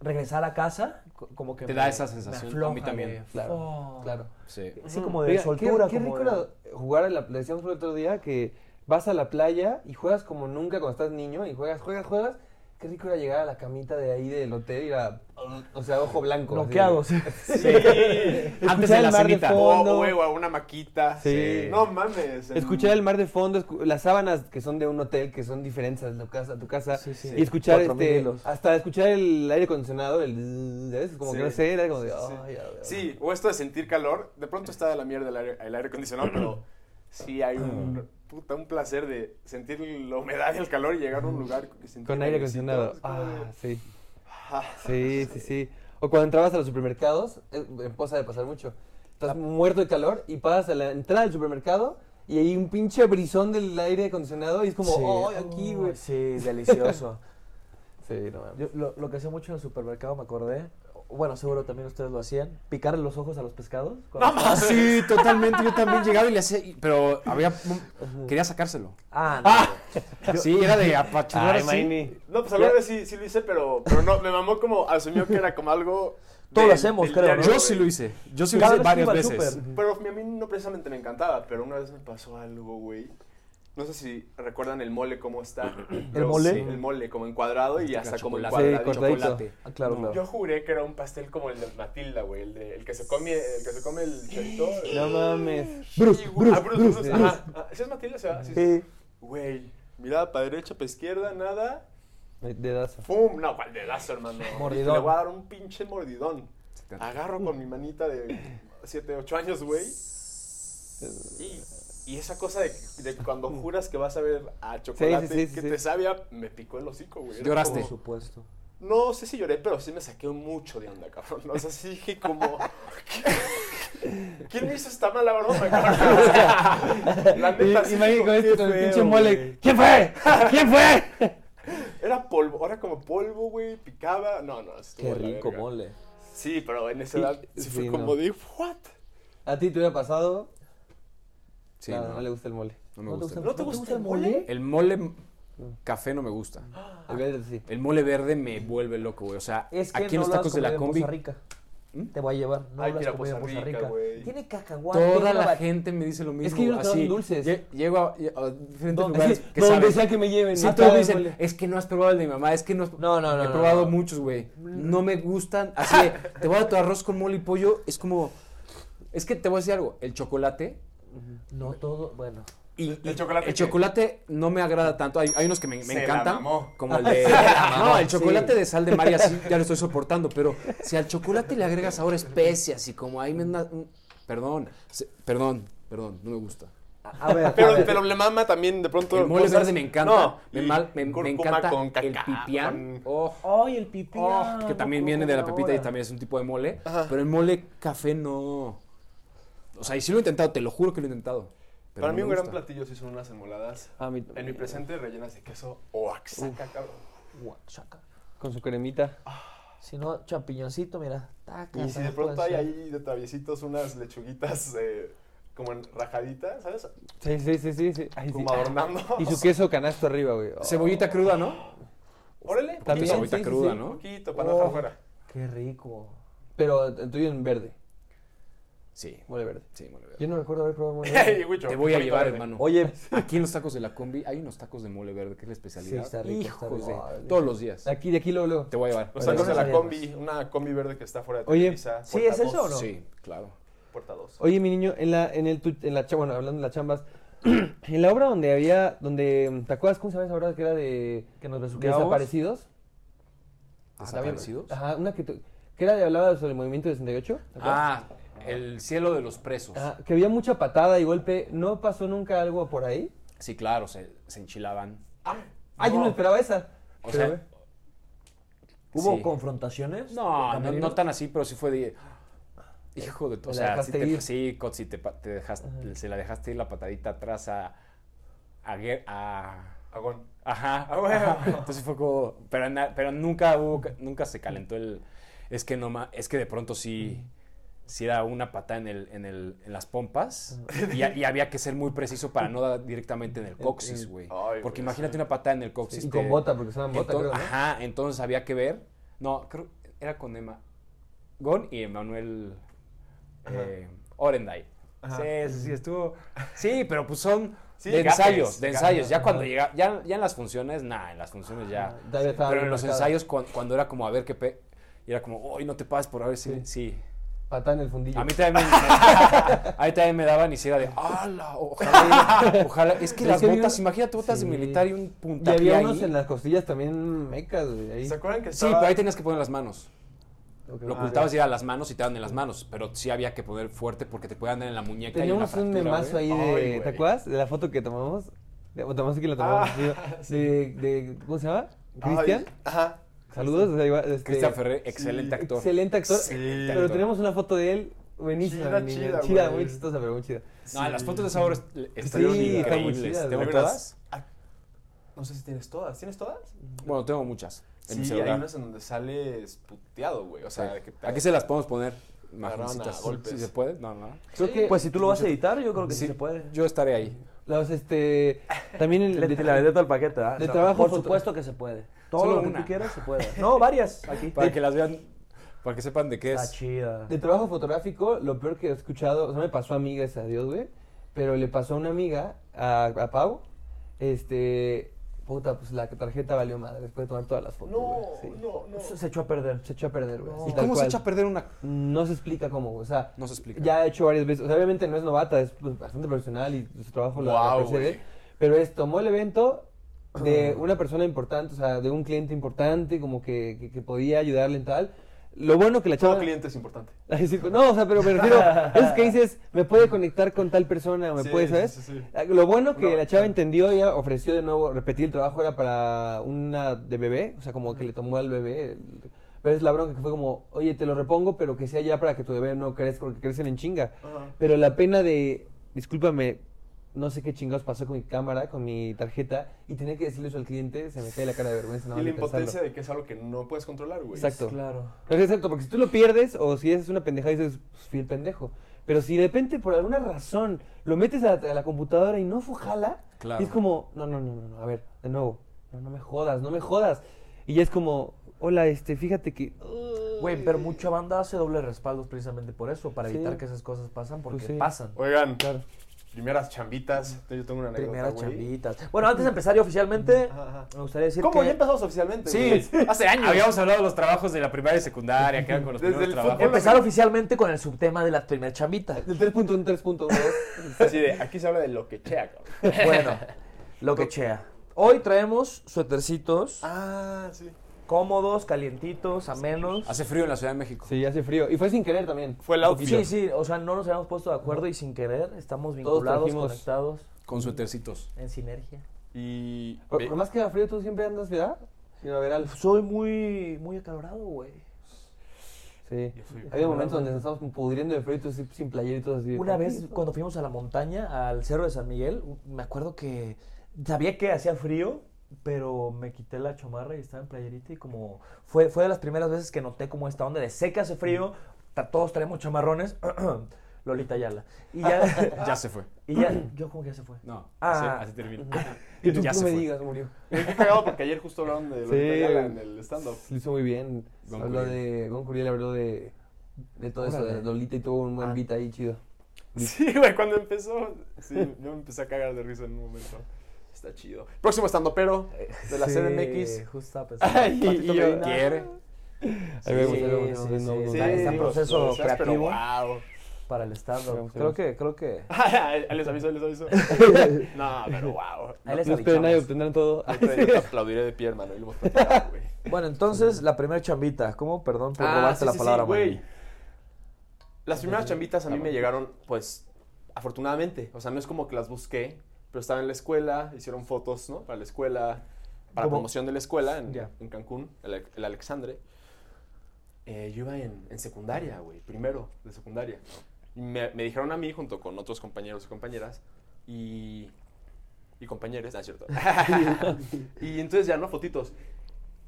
S2: regresar a casa, co- como que
S3: Te da esa sensación, a mí también. Mm.
S2: güey.
S5: Claro,
S2: Oh.
S5: claro.
S3: Sí.
S2: Así como de
S5: Oiga, qué-
S2: soltura.
S5: Qué,
S2: como
S5: rico
S2: de-
S5: era jugar, en la, le decíamos el otro día, que vas a la playa y juegas como nunca cuando estás niño y juegas, juegas, juegas. Qué rico era llegar a la camita de ahí del hotel y era, o sea, ojo blanco. así.
S2: Bloqueado. sí.
S3: Antes de
S5: el
S3: la
S5: mar de
S3: cenita.
S5: fondo.
S4: Oh,
S5: no.
S4: huevo, una maquita.
S5: Sí.
S4: No mames. en-
S5: Escuchar el mar de fondo, escu- las sábanas que son de un hotel, que son diferentes a tu casa, a tu casa
S2: Sí, sí.
S5: y escuchar
S2: Cuatro mil
S5: este,
S2: hilos.
S5: hasta escuchar el aire acondicionado, el, zzzz, ¿sabes? Como
S4: Sí.
S5: que no sé, era como de,
S4: Sí,
S5: "Ay,
S4: sí.
S5: ay, ay".
S4: Sí, o esto de sentir calor, de pronto está de la mierda el aire, el aire acondicionado, pero sí hay un, puta, un placer de sentir la humedad y el calor y llegar a un lugar que sentir
S5: Con aire
S4: airecito,
S5: acondicionado.
S4: es como de-
S5: Ah, sí.
S4: Ah,
S5: Sí, sí, sí. O cuando entrabas a los supermercados, eh, en posa de pasar mucho. Estás muerto de calor y pasas a la entrada del supermercado y hay un pinche brisón del aire acondicionado y es como,
S2: Sí.
S5: oh, aquí, güey!
S2: Sí, delicioso.
S5: Sí, no mames.
S2: Yo lo, lo que hacía mucho en el supermercado, me acordé, bueno, seguro también ustedes lo hacían, picar los ojos a los pescados. cuando-
S3: Ah, sí, totalmente. Yo también llegaba y le hacía. y- Pero había. Quería sacárselo.
S2: Ah, no.
S3: Sí, era de apachurrar así.
S4: No, pues alguna vez sí, sí lo hice, pero, pero no, me mamó como asumió que era como algo.
S2: Todo lo
S4: del-
S2: hacemos,
S4: del
S2: creo,
S4: diario,
S2: ¿no?
S3: Yo
S4: güey.
S3: sí lo hice. Yo sí lo
S2: Cada
S3: hice
S2: vez que
S3: varias Mm,
S2: iba al
S3: veces.
S2: súper.
S4: Pero a mí no precisamente me encantaba, pero una vez me pasó algo, güey, No sé si recuerdan el mole cómo está.
S2: ¿El mole?
S4: Sí, el mole, como encuadrado y hasta como
S3: chocolate.
S4: encuadrado.
S5: Sí, cortadito.
S3: chocolate.
S2: Ah, claro, claro.
S4: Yo juré que era un pastel como el de Matilda, güey. El, de- el que se come el, que se come el chorito.
S5: No mames.
S4: Bruce, Bruce, ah, Bruce, Bruce, ajá. Ah, ¿Sí es Matilda? Sí, ¿verdad? sí. sí. Güey, mirada para derecha, para izquierda, nada.
S5: Dedazo.
S4: ¡Pum! No, cual dedazo, hermano.
S2: Mordidón.
S4: Le voy a dar un pinche mordidón. Agarro con mi manita de 7, 8 años, güey. Y, y esa cosa de, de cuando juras que vas a ver a chocolate
S5: sí, sí,
S4: que
S5: sí.
S4: te sabía, me picó el hocico, güey. Era
S3: Lloraste.
S4: como-
S5: supuesto.
S4: no sé si lloré, pero sí me saqué mucho de onda, cabrón. O sea, sí dije como... ¿qué- ¿Quién me hizo esta mala broma, cabrón? O sea, la neta, sí
S5: Imagínate con este,
S4: digo, qué
S5: con el
S4: feo,
S5: pinche mole.
S4: güey.
S5: ¿Quién fue? ¿Quién fue?
S4: Era polvo, ahora como polvo, güey, picaba. No, no, estuvo
S2: Qué
S4: de la
S2: rico
S4: verga.
S2: mole.
S4: Sí, pero en esa
S5: Sí,
S4: edad sí, fue
S5: sí,
S4: como
S5: no.
S4: de, ¿what?
S5: ¿A ti te hubiera pasado?
S3: Sí,
S5: Nada, no,
S3: no,
S5: le gusta el mole.
S3: no me gusta.
S4: ¿No te gusta el mole?
S3: El mole m- café no me gusta.
S5: El verde sí.
S3: El mole verde me vuelve loco, güey. O sea,
S2: Es que
S3: aquí en
S2: no
S3: los
S2: lo has
S3: tacos de la
S2: comido
S3: combi,
S2: en
S3: ¿Mm?
S2: Poza Rica. Te voy a llevar. No
S4: Ay,
S2: lo has
S4: que la
S2: comido en
S4: Poza
S2: Poza
S4: Rica,
S2: Rica.
S4: güey.
S2: Tiene cacahuate.
S3: toda
S2: tiene
S3: la
S2: bat-
S3: gente me dice lo mismo.
S5: que ellos no
S3: así.
S5: dan dulces.
S3: Lle- Llego a, a diferentes
S5: Donde,
S3: lugares que
S5: donde
S3: saben.
S5: sea que me lleven.
S3: Sí,
S5: Ah,
S3: todos
S5: el
S3: dicen,
S5: mole.
S3: es que no has probado el de mi mamá, es que no has
S2: No, no, no,
S3: He
S2: no,
S3: probado
S2: no. Mm.
S3: muchos, güey. No me gustan. Así, de, te voy a dar tu arroz con mole y pollo. Es como, es que te voy a decir algo. El chocolate
S2: No todo, bueno.
S3: y,
S4: ¿El
S3: y-
S4: chocolate
S3: el
S4: qué?
S3: chocolate no me agrada tanto. Hay, hay unos que me, me
S4: Se la
S3: encantan.
S4: mamó.
S3: Como el de. no, el chocolate de sal de mar y así ya lo estoy soportando. Pero si al chocolate le agregas ahora especias y como ahí me. na- un- Perdón, se- perdón, perdón, no me gusta.
S2: A ver, a
S4: Pero,
S2: ver.
S4: pero le mama también de pronto.
S3: El mole
S4: cosas-
S3: verde me encanta.
S4: No,
S3: me,
S4: y
S3: mal- me- me
S4: cúrcuma
S3: encanta
S4: con caca-
S3: el pipián.
S4: con-
S3: Oh,
S2: Ay, el pipí.
S3: oh,
S2: ah,
S3: que
S2: no
S3: también
S2: puedo
S3: viene de la
S2: creer
S3: pepita y
S2: ahora.
S3: también es un tipo de mole. Pero el mole café no. O sea, y sí lo he intentado, te lo juro que lo he intentado. pero
S4: Para
S3: no
S4: mí,
S3: me
S4: un gran
S3: gusta.
S4: platillo sí son unas enmoladas.
S5: A mí
S4: En mi
S5: también.
S4: presente, rellenas de queso o axaca, cabrón.
S2: Guachaca.
S5: Con su cremita.
S2: Si no, champiñoncito, mira. Taca,
S4: Y si de
S2: taca,
S4: pronto
S2: puede
S4: hay
S2: ser.
S4: ahí de traviesitos unas lechuguitas eh, como en rajaditas, ¿sabes?
S5: Sí, sí, sí, sí. sí. Ay, sí. Ah,
S4: Como adornando.
S5: Y su queso canasto arriba, güey. Oh.
S3: Cebollita cruda, ¿no?
S4: Órale,
S5: También,
S4: poquito,
S3: Cebollita
S5: sí, sí,
S3: cruda,
S5: sí.
S4: Un
S3: ¿no?
S4: poquito para no dejar
S2: Oh.
S4: fuera.
S2: Qué rico.
S5: Pero el tuyo en verde.
S3: Sí.
S5: Mole verde.
S3: Sí, mole verde.
S5: Yo no recuerdo haber probado mole verde.
S4: Ey, Huicho,
S3: Te voy a
S4: poquito
S3: llevar,
S4: verde.
S3: hermano.
S5: Oye,
S3: Aquí en los tacos de la combi hay unos tacos de mole verde, que es la especialidad.
S2: Sí, está rico, está
S3: Hijos
S2: rico.
S3: de-
S2: Ay,
S3: Todos los días.
S5: de aquí, de aquí luego, luego.
S3: Te voy a llevar.
S4: Los tacos de
S2: Oye,
S4: la
S2: sabíamos.
S4: combi, una combi verde que está fuera de
S5: Oye,
S4: Televisa.
S2: ¿sí
S4: puerta
S2: es eso
S4: dos,
S2: o no?
S3: Sí, claro.
S4: Puerta 2.
S5: Oye, mi niño, en la, en el, tu- en la, cha- bueno, hablando de las chambas, en la obra donde había, donde, ¿te acuerdas cómo se llama esa obra que era de
S2: Que nos besuqueamos.
S5: desaparecidos?
S2: Ah,
S3: ¿Desaparecidos?
S5: Ajá, una que, tu- que era de hablaba sobre el movimiento 68. ¿te acuerdas?
S3: Ah, el cielo de los presos.
S5: Ajá, que había mucha patada y golpe. ¿No pasó nunca algo por ahí?
S3: Sí, claro, se, se enchilaban.
S5: Ah, yo no esperaba esa.
S3: O
S5: Pero,
S3: sea,
S2: ¿Hubo
S3: Sí.
S2: confrontaciones?
S3: No, no,
S2: ¿Camerinos?
S3: no tan así, pero sí fue de. Hijo de.
S5: Te
S3: O
S5: la
S3: sea, sí,
S5: dejaste
S3: te,
S5: ir.
S3: sí, Cotsi, te, pa- te dejaste, se la dejaste ir la patadita atrás a. a. Guer- a-
S4: Agón.
S3: ajá.
S4: Ah, bueno.
S3: ajá. Entonces fue como. Pero, na- pero nunca hubo. ca- nunca se calentó el. Es que no ma- Es que de pronto sí. Sí era una patada en, el, en, el, en las pompas y, a- y había que ser muy preciso para no dar directamente en el coxis, güey.
S4: Ay,
S3: Porque
S4: güey,
S3: imagínate una patada en el coxis.
S5: y
S3: te-
S5: con bota, porque se llama bota,
S3: Enton-
S5: creo, ¿no?
S3: Ajá, entonces había que ver. No, creo era con Emma Gon y Emanuel eh, Orenday. Sí, sí, sí, estuvo. Sí, pero pues son
S4: Sí,
S3: de
S4: gafes,
S3: ensayos, de
S4: gafes.
S3: ensayos. Ya cuando llega, ya, ya en las funciones, nada, en las funciones ya.
S5: ya estaba
S3: Pero
S5: bien
S3: en los
S5: marcado.
S3: ensayos, cuan- cuando era como a ver qué pe. Y era como, uy, no te pases por a ver si. Sí.
S5: Patada en el fundillo.
S3: A mí también me, a mí también me daban y si era de, ¡ala! Ojalá, ojalá. Es que
S5: Es
S3: las
S5: que había
S3: botas,
S5: una-
S3: imagínate botas
S5: Sí.
S3: de militar y un
S5: Y
S3: puntapié
S5: había
S3: ahí.
S5: unos en las costillas también mecas, güey. Ahí.
S4: ¿Se acuerdan que
S3: Sí,
S4: estaba-
S3: pero ahí tenías que poner las manos.
S5: Ok.
S3: Lo ocultabas y era las manos y te daban en las manos, pero sí había que poner fuerte porque te podían dar en la muñeca y en la
S5: Teníamos un
S3: fractura,
S5: memazo
S3: güey. Ah,
S5: ahí
S4: Ay,
S5: de.
S4: güey.
S5: ¿Te acuerdas? De la foto que tomamos. De- o tomamos que la tomamos. sí, de, de- ¿Cómo se llama?
S4: Ay,
S5: Cristian.
S4: Ajá.
S5: Saludos. o sea, igual, este,
S3: Cristian Ferrer, excelente actor.
S5: Excelente actor.
S4: Excelente
S5: Pero
S3: actor.
S5: tenemos una foto de él. Buenísima.
S4: Chida,
S5: mi niño.
S4: chida,
S5: chida
S4: güey.
S5: muy chistosa, pero muy chida.
S3: No, las fotos de esa obra est-
S5: Sí,
S3: están
S5: están muy
S3: increíbles.
S5: chidas,
S3: ¿Tengo
S5: güey.
S3: todas?
S4: Ah, No sé si tienes todas. ¿Tienes todas?
S3: Bueno, tengo muchas en mi
S4: sí, hay
S3: celular.
S4: unas en donde sales puteado, güey. O
S3: Sí.
S4: sea, que te-
S3: Aquí se las podemos poner.
S4: agarraron a
S3: Imagencitas,
S4: golpes.
S3: si se puede. No, no.
S5: Creo que.
S2: Pues si tú lo vas a editar, yo creo que sí,
S3: Sí.
S2: se puede.
S3: Yo estaré ahí.
S5: Los, este. También el.
S2: Le,
S5: de-
S2: te la vendé todo el paquete, ¿ah?
S5: de trabajo
S2: Por
S5: foto-
S2: supuesto que se puede. Todo
S3: Solo
S2: lo que
S3: una.
S2: tú quieras se puede. No, varias. Aquí.
S3: Para que las vean, para que sepan de qué
S2: Está
S3: es.
S2: chida.
S5: De trabajo fotográfico, lo peor que he escuchado, o sea, me pasó a mí, gracias a Dios, güey, pero le pasó a una amiga, a, a Pau, Este. Puta, pues la tarjeta valió madre después de tomar todas las fotos. güey, sí.
S4: no,
S2: Se, se echó a perder.
S5: Se echó a perder, güey. así,
S3: ¿Y
S5: tal
S3: cómo se
S5: cual.
S3: echa a perder una.?
S5: No se explica cómo, güey, o sea.
S3: No se explica.
S5: Ya ha hecho varias veces. O sea, obviamente no es novata, es pues, bastante profesional y su trabajo lo-
S4: Guau,
S5: lo precede.
S4: güey.
S5: Pero es, tomó el evento de una persona importante, o sea, de un cliente importante, como que, que, que podía ayudarle en tal. Lo bueno que la chava...
S4: Todo cliente es importante.
S5: Ay, sí, No, o sea, pero me refiero, es que dices, me puede conectar con tal persona, me
S4: Sí,
S5: puede,
S4: sí,
S5: ¿sabes?
S4: sí, sí.
S5: Ah, Lo bueno que
S4: No,
S5: la chava entendió, ella ofreció de nuevo, repetir el trabajo, era para una de bebé, o sea, como que le tomó al bebé. el- Pero es la bronca que fue como, oye, te lo repongo, pero que sea ya para que tu bebé no crezca, porque crecen en chinga.
S4: Ajá.
S5: Pero la pena de, discúlpame, no sé qué chingados pasó con mi cámara, con mi tarjeta, y tener que decirle eso al cliente, se me cae la cara de vergüenza. nada
S4: y
S5: más
S4: la
S5: de pensarlo.
S4: impotencia de que es algo que no puedes controlar, güey.
S5: Exacto.
S2: Claro.
S5: No es exacto, porque si tú lo pierdes o si es una pendejada dices, pues fui el pendejo. Pero si de repente, por alguna razón, lo metes a, la- a la computadora y no fue jala,
S3: Claro.
S5: y es como, no, no, no, no, no, a ver, de nuevo, no, no me jodas, no me jodas. Y ya es como, hola, este, fíjate que...
S2: Güey, pero mucha banda hace doble respaldo precisamente por eso, para
S5: Sí.
S2: evitar que esas cosas pasan, porque
S5: Pues sí.
S2: pasan.
S4: Oigan,
S5: Claro.
S4: primeras chambitas. Yo tengo una anécdota,
S2: Primeras
S4: güey.
S2: chambitas. Bueno, antes de empezar yo oficialmente,
S4: Ajá,
S2: me gustaría decir
S4: ¿Cómo?
S2: que...
S4: Ya empezamos oficialmente.
S3: Sí,
S4: güey.
S3: hace años. Habíamos hablado de los trabajos de la primaria y secundaria, que eran con los
S4: Desde
S3: primeros
S4: el
S3: trabajos.
S4: fútbol.
S2: Empezar oficialmente con el subtema de la primera chambita.
S5: Del 3.1, 3.2.
S4: Así de, aquí se habla de lo que chea, cabrón.
S2: Bueno, lo que chea. Hoy traemos suetercitos
S4: Ah, sí.
S2: cómodos, calientitos, amenos.
S3: Hace frío en la Ciudad de México.
S5: sí, hace frío. Y fue sin querer también.
S4: Fue el outfit.
S2: Sí, sí, o sea, no nos habíamos puesto de acuerdo y sin querer estamos vinculados,
S5: trajimos-
S2: conectados,
S3: Con suetercitos.
S2: en sinergia.
S4: Y.
S5: Por,
S4: ve-
S5: por más que haga frío, tú siempre andas, ¿verdad? Primaveral.
S2: Soy muy, muy acalorado, güey.
S5: Sí.
S4: soy-
S5: Había momentos donde nos estábamos pudriendo de frío y tú así, sin playeritos así. de,
S2: Una vez
S5: "Papito".
S2: cuando fuimos a la montaña, al cerro de San Miguel, u- me acuerdo que sabía que hacía frío, pero me quité la chamarra y estaba en playerita y como fue, fue de las primeras veces que noté como esta onda de seca hace frío, ta- todos traemos chamarrones, Lolita Yala. Y ya,
S3: Ya se fue.
S2: y ya, yo como que ya se fue.
S3: No,
S2: Ah.
S3: así, así termina.
S5: Y tú,
S3: ya
S5: tú
S3: se
S5: me
S3: fue.
S5: digas, murió.
S4: Güey, Qué cagado porque ayer justo hablaron de Lolita
S5: Sí.
S4: Ayala en el stand-up.
S5: Lo hizo muy bien.
S3: Gon
S5: habló
S3: Curiel.
S5: de. Gon Curiel habló de. De todo eso,
S2: Órale. Ah.
S5: de Lolita y tuvo un buen beat ahí chido.
S4: Sí, güey, cuando empezó. Sí, yo me empecé a cagar de risa en un momento. Está chido. Próximo stand-upero de la
S2: Sí,
S4: CDMX.
S2: Justo estaba pensando.
S4: Ay,
S5: Patito Medina.
S3: ¿Quiere?
S5: Ahí vemos,
S2: sí,
S5: ahí vemos,
S2: sí,
S5: ahí
S2: sí,
S5: vemos.
S2: sí. Está en proceso
S4: lo decías, pero
S2: creativo.
S4: Wow.
S2: Para el stand-up.
S5: Vamos,
S2: Creo
S5: vamos.
S2: que, creo que...
S4: Ahí les aviso, ahí les aviso. no, pero wow.
S2: Ahí les
S5: No esperen nadie,
S2: avisamos.
S5: obtendrán todo.
S4: Yo te, yo te aplaudiré de pie, hermano. Y lo hemos platicado, güey.
S2: Bueno, entonces, la primera chambita. ¿Cómo? Perdón por
S4: Ah,
S2: robarte
S4: sí,
S2: la
S4: sí, sí,
S2: palabra,
S4: güey.
S2: Manny.
S4: Las primeras chambitas a mí me llegaron, pues, afortunadamente. O sea, no es como que las busqué, pero estaba en la escuela, hicieron fotos, ¿no? Para la escuela, para
S2: ¿Cómo?
S4: promoción de la escuela en,
S2: Ya.
S4: en Cancún, el, Alex- el Alexandre. Eh, yo iba en, en secundaria, güey, primero de secundaria. Y me, me dijeron a mí, junto con otros compañeros y compañeras, y, y compañeros, ah, es cierto. y entonces ya, ¿no? Fotitos.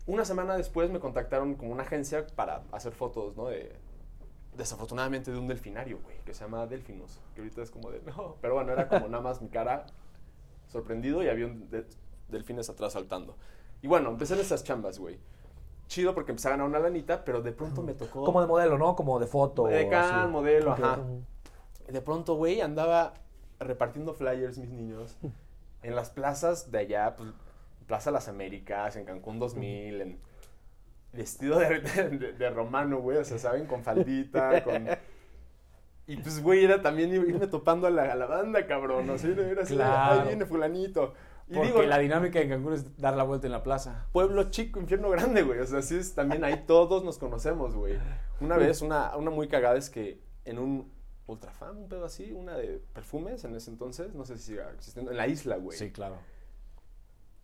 S4: Una semana después me contactaron como una agencia para hacer fotos, ¿no? De, desafortunadamente de un delfinario, güey, que se llama Delfinos. Que ahorita es como de, no. Pero bueno, era como nada más mi cara sorprendido y había un de- delfines atrás saltando. Y bueno, empecé en esas chambas, güey. Chido porque empecé a ganar una lanita, pero de pronto me tocó.
S2: Como de modelo, ¿no? Como de foto. o
S4: de can,
S2: así.
S4: modelo,
S2: Ok.
S4: ajá. Y de pronto, güey, andaba repartiendo flyers, mis niños, en las plazas de allá, pues, Plaza Las Américas, en Cancún 2000, en vestido de, de- de romano, güey, o sea, ¿saben? Con faldita, con... Y pues, güey, era también ir- irme topando a la, a la banda, cabrón, así, era así, de,
S3: Claro.
S4: ahí viene fulanito. Y
S3: Porque
S4: digo,
S3: la dinámica en Cancún es dar la vuelta en la plaza.
S4: pueblo chico, infierno grande, güey. O sea, sí es también ahí todos nos conocemos, güey. Una vez, una, una muy cagada es que en un ultrafam, un pedo así, una de perfumes en ese entonces, no sé si siga existiendo, en la isla, güey.
S3: Sí, claro.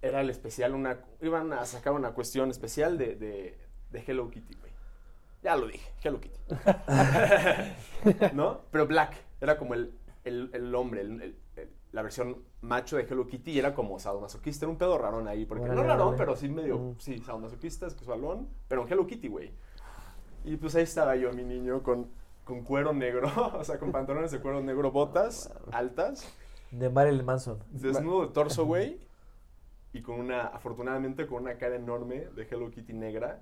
S4: Era el especial, una, iban a sacar una cuestión especial de, de, de Hello Kitty, güey. Ya lo dije, Hello Kitty. ¿No? Pero Black era como el, el, el hombre, el- el- el- la versión macho de Hello Kitty y era como sadomasoquista, era un pedo rarón ahí, porque no
S2: Órale,
S4: rarón,
S2: órale. Mm.
S4: pero sí medio, sí, sadomasoquista, escualón, pero en Hello Kitty, güey. Y pues ahí estaba yo, mi niño, con, con cuero negro, o sea, con pantalones de cuero negro,
S2: Ah,
S4: botas altas,
S2: De Marilyn Manson.
S4: desnudo de torso, güey, y con una, afortunadamente, con una cara enorme de Hello Kitty negra,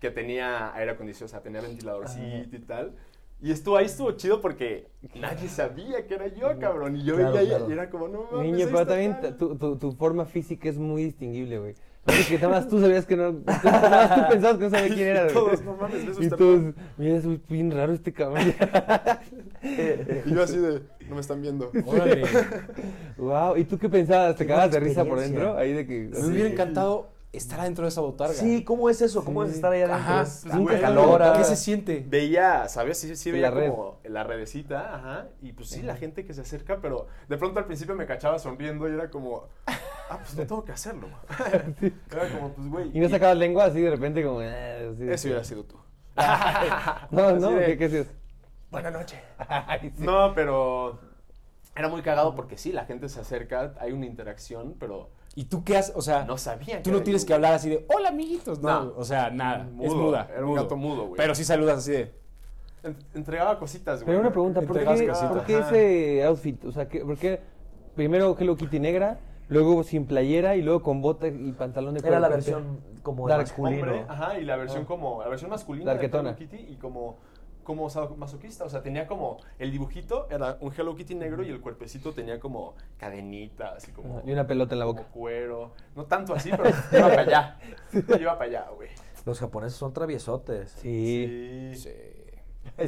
S4: que tenía aire acondicionado, o sea, tenía ventiladorcito y tal. Y estuvo ahí, estuvo chido porque nadie sabía que era yo, cabrón. Y yo
S2: Claro,
S4: veía ahí
S2: claro.
S4: y era como, no mames.
S5: Niño,
S4: ahí
S5: pero
S4: pues está
S5: también
S4: tal.
S5: ta- tu, tu- tu forma física es muy distinguible, güey. Así que nada más tú sabías que no. Nada más tú pensabas que no sabía quién era, güey.
S4: Todos, no mames, eso
S5: Y
S4: está
S5: todos, mira, es bien raro este cabrón.
S4: Y yo así de, no me están viendo.
S3: Órale.
S5: wow, ¿y tú qué pensabas? ¿Te
S2: Qué
S5: cagabas
S2: buena
S5: de risa por
S2: experiencia.
S5: dentro? Ahí de que.
S3: Me hubiera encantado estar adentro de esa botarga.
S2: Sí, ¿cómo es eso? ¿Cómo es estar ahí adentro?
S3: Ajá,
S2: Es
S4: pues,
S2: tanta
S4: güey,
S2: calora.
S3: ¿Qué se siente?
S4: Veía, ¿sabes? Sí, sí,
S5: En
S4: veía
S5: la red.
S4: como la redecita, ajá. Y pues sí, la gente que se acerca, pero de pronto al principio me cachaba sonriendo y era como, ah, pues no tengo que hacerlo. era como, pues güey.
S5: Y no sacabas lengua así de repente, como. eh, así de-
S4: Eso hubiera sido tú.
S5: No,
S4: Así
S5: no,
S4: de-
S5: ¿qué, qué hacías?
S4: Buenas noches.
S5: Ay, sí.
S4: No, pero era muy cagado porque sí, la gente se acerca, hay una interacción, pero
S3: ¿Y tú qué haces? O
S5: Ah.
S3: sea,
S4: no sabía.
S3: tú no
S4: era
S3: tienes
S4: yo,
S3: que hablar así de, hola amiguitos, no.
S4: No.
S3: O sea, nada. es
S4: Mudo,
S3: muda.
S4: era un gato mudo, güey.
S3: Pero sí saludas así de.
S4: güey. En- entregaba cositas, güey.
S5: Pero una pregunta, ¿por
S4: Entregabas
S5: qué,
S4: cositas.
S5: por qué
S4: Ajá.
S5: ese outfit? O sea, ¿qué- ¿por qué primero Hello Kitty negra, luego sin playera y luego con bota y pantalón de
S2: Era la
S5: cuero?
S2: versión como
S5: Dark
S2: masculino.
S4: hombre, ajá, y la versión como, la versión masculina
S5: Ah. La
S4: de Hello
S5: arquetona.
S4: Kitty y como, como sado- masoquista, o sea, tenía como, el dibujito era un Hello Kitty negro y el cuerpecito tenía como cadenitas así como,
S5: Ajá, Y una pelota en la
S4: como
S5: boca.
S4: cuero, no tanto así, pero iba para allá, iba para allá, güey.
S2: Los japoneses son traviesotes.
S5: Sí.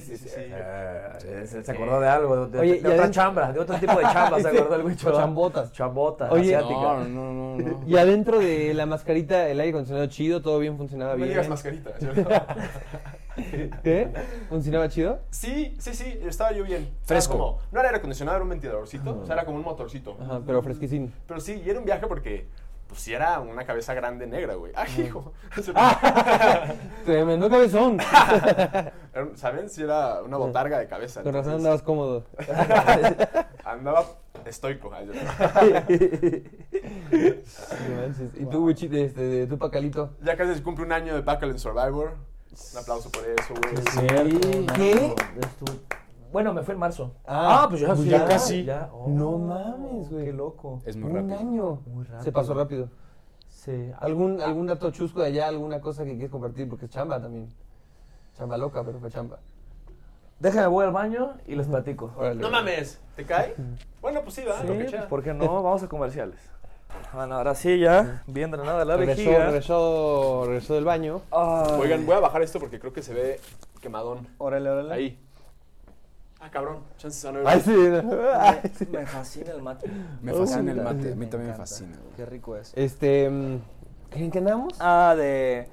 S4: sí, sí, sí.
S2: Ah, se, se acordó de algo, de, de-
S5: Oye,
S2: de
S5: y
S2: otra
S5: adentro-
S2: chamba, de otro tipo de chamba, se acordó el güey. chaval.
S5: Chambotas.
S2: Chambotas,
S5: Oye,
S2: asiática.
S3: No, no, no, no.
S5: Y adentro de la mascarita, el aire acondicionado chido, todo bien funcionaba
S4: No me
S5: bien.
S4: digas mascarita, ¿cierto?
S5: ¿Qué? ¿Funcionaba chido?
S4: Sí, sí, sí, estaba yo bien. Era
S3: Fresco.
S4: como- no era aire acondicionado, era un ventiladorcito, o sea, era como un motorcito.
S5: Ajá, pero fresquecín.
S4: Pero sí, y era un viaje porque, pues sí, era una cabeza grande negra, güey. ¡Ah, hijo!
S5: Tremendo cabezón.
S4: Era un- ¿Saben? Sí, era una botarga de cabeza.
S5: Con razón
S4: entonces,
S5: andabas cómodo.
S4: andaba estoico. Ay, yo-
S5: No manches. ¿Y tú, Wichi, de, este, de tu pacalito?
S4: Ya casi se cumple un año de Packle en Survivor. Un aplauso por eso, güey.
S2: oh, ¿Qué? Bueno, me fue en marzo.
S5: Ah,
S3: pues
S2: sí,
S3: ya casi.
S2: ya. Oh,
S5: No mames, güey.
S2: Qué loco.
S3: Es muy
S5: Un
S3: rápido.
S5: año.
S2: Muy rápido.
S5: Se pasó rápido.
S2: Sí.
S5: ¿Algún, algún dato chusco de allá, alguna cosa que quieres compartir? Porque es chamba también. Chamba loca, pero fue chamba.
S2: Déjame, voy al baño y les platico.
S5: Órale.
S4: No mames, ¿te cae? Bueno, pues sí, va,
S2: Sí,
S4: lo que
S2: pues,
S4: sea.
S2: ¿por qué no? Vamos a comerciales. Bueno, ahora sí ya, bien drenada la
S5: Regresó,
S2: vejiga.
S5: regresó, regresó del baño.
S2: Ay.
S4: Oigan, voy a bajar esto porque creo que se ve quemadón.
S2: Órale, órale.
S4: Ahí. Ah, cabrón. Chances son
S5: Ay, sí.
S2: Me fascina el mate.
S3: Me fascina el mate. A mí
S2: Me
S3: también me
S2: encanta.
S3: fascina. güey.
S2: Qué rico es.
S5: Este. mm, ¿Creen que andamos?
S2: Eh, Ah, de...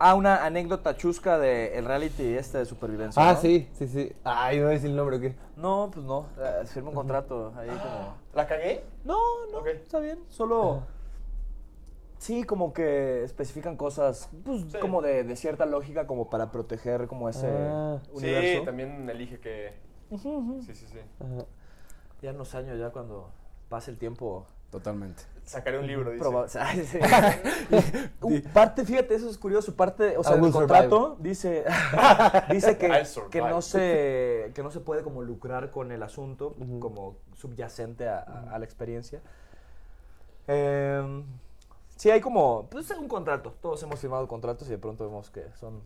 S2: Ah, una anécdota chusca del el reality este de supervivencia.
S5: Ah,
S2: ¿no?
S5: sí, sí, sí. Ay, no voy a decir el nombre, ¿o qué?
S2: No, pues no. eh, Firma un contrato ahí como...
S4: ¿La cagué?
S2: No, no,
S4: Ok.
S2: está bien. Solo... Sí, como que especifican cosas, pues,
S4: Sí.
S2: como de, de cierta lógica, como para proteger como ese
S5: Ah.
S2: universo.
S4: Sí, también elige que... Sí, sí, sí.
S5: Ajá.
S2: Ya en unos años, ya cuando pase el tiempo...
S3: Totalmente.
S4: Sacaré un libro, dice.
S2: proba- Ay, sí. Un parte, fíjate, eso es curioso, parte, o sea,
S5: I
S2: en el
S5: will survive.
S2: contrato dice, dice que,
S4: I survive.
S2: que no se, que no se puede como lucrar con el asunto, como subyacente a, a- a la experiencia. Eh, sí, hay como, pues es un contrato, todos hemos firmado contratos y de pronto vemos que son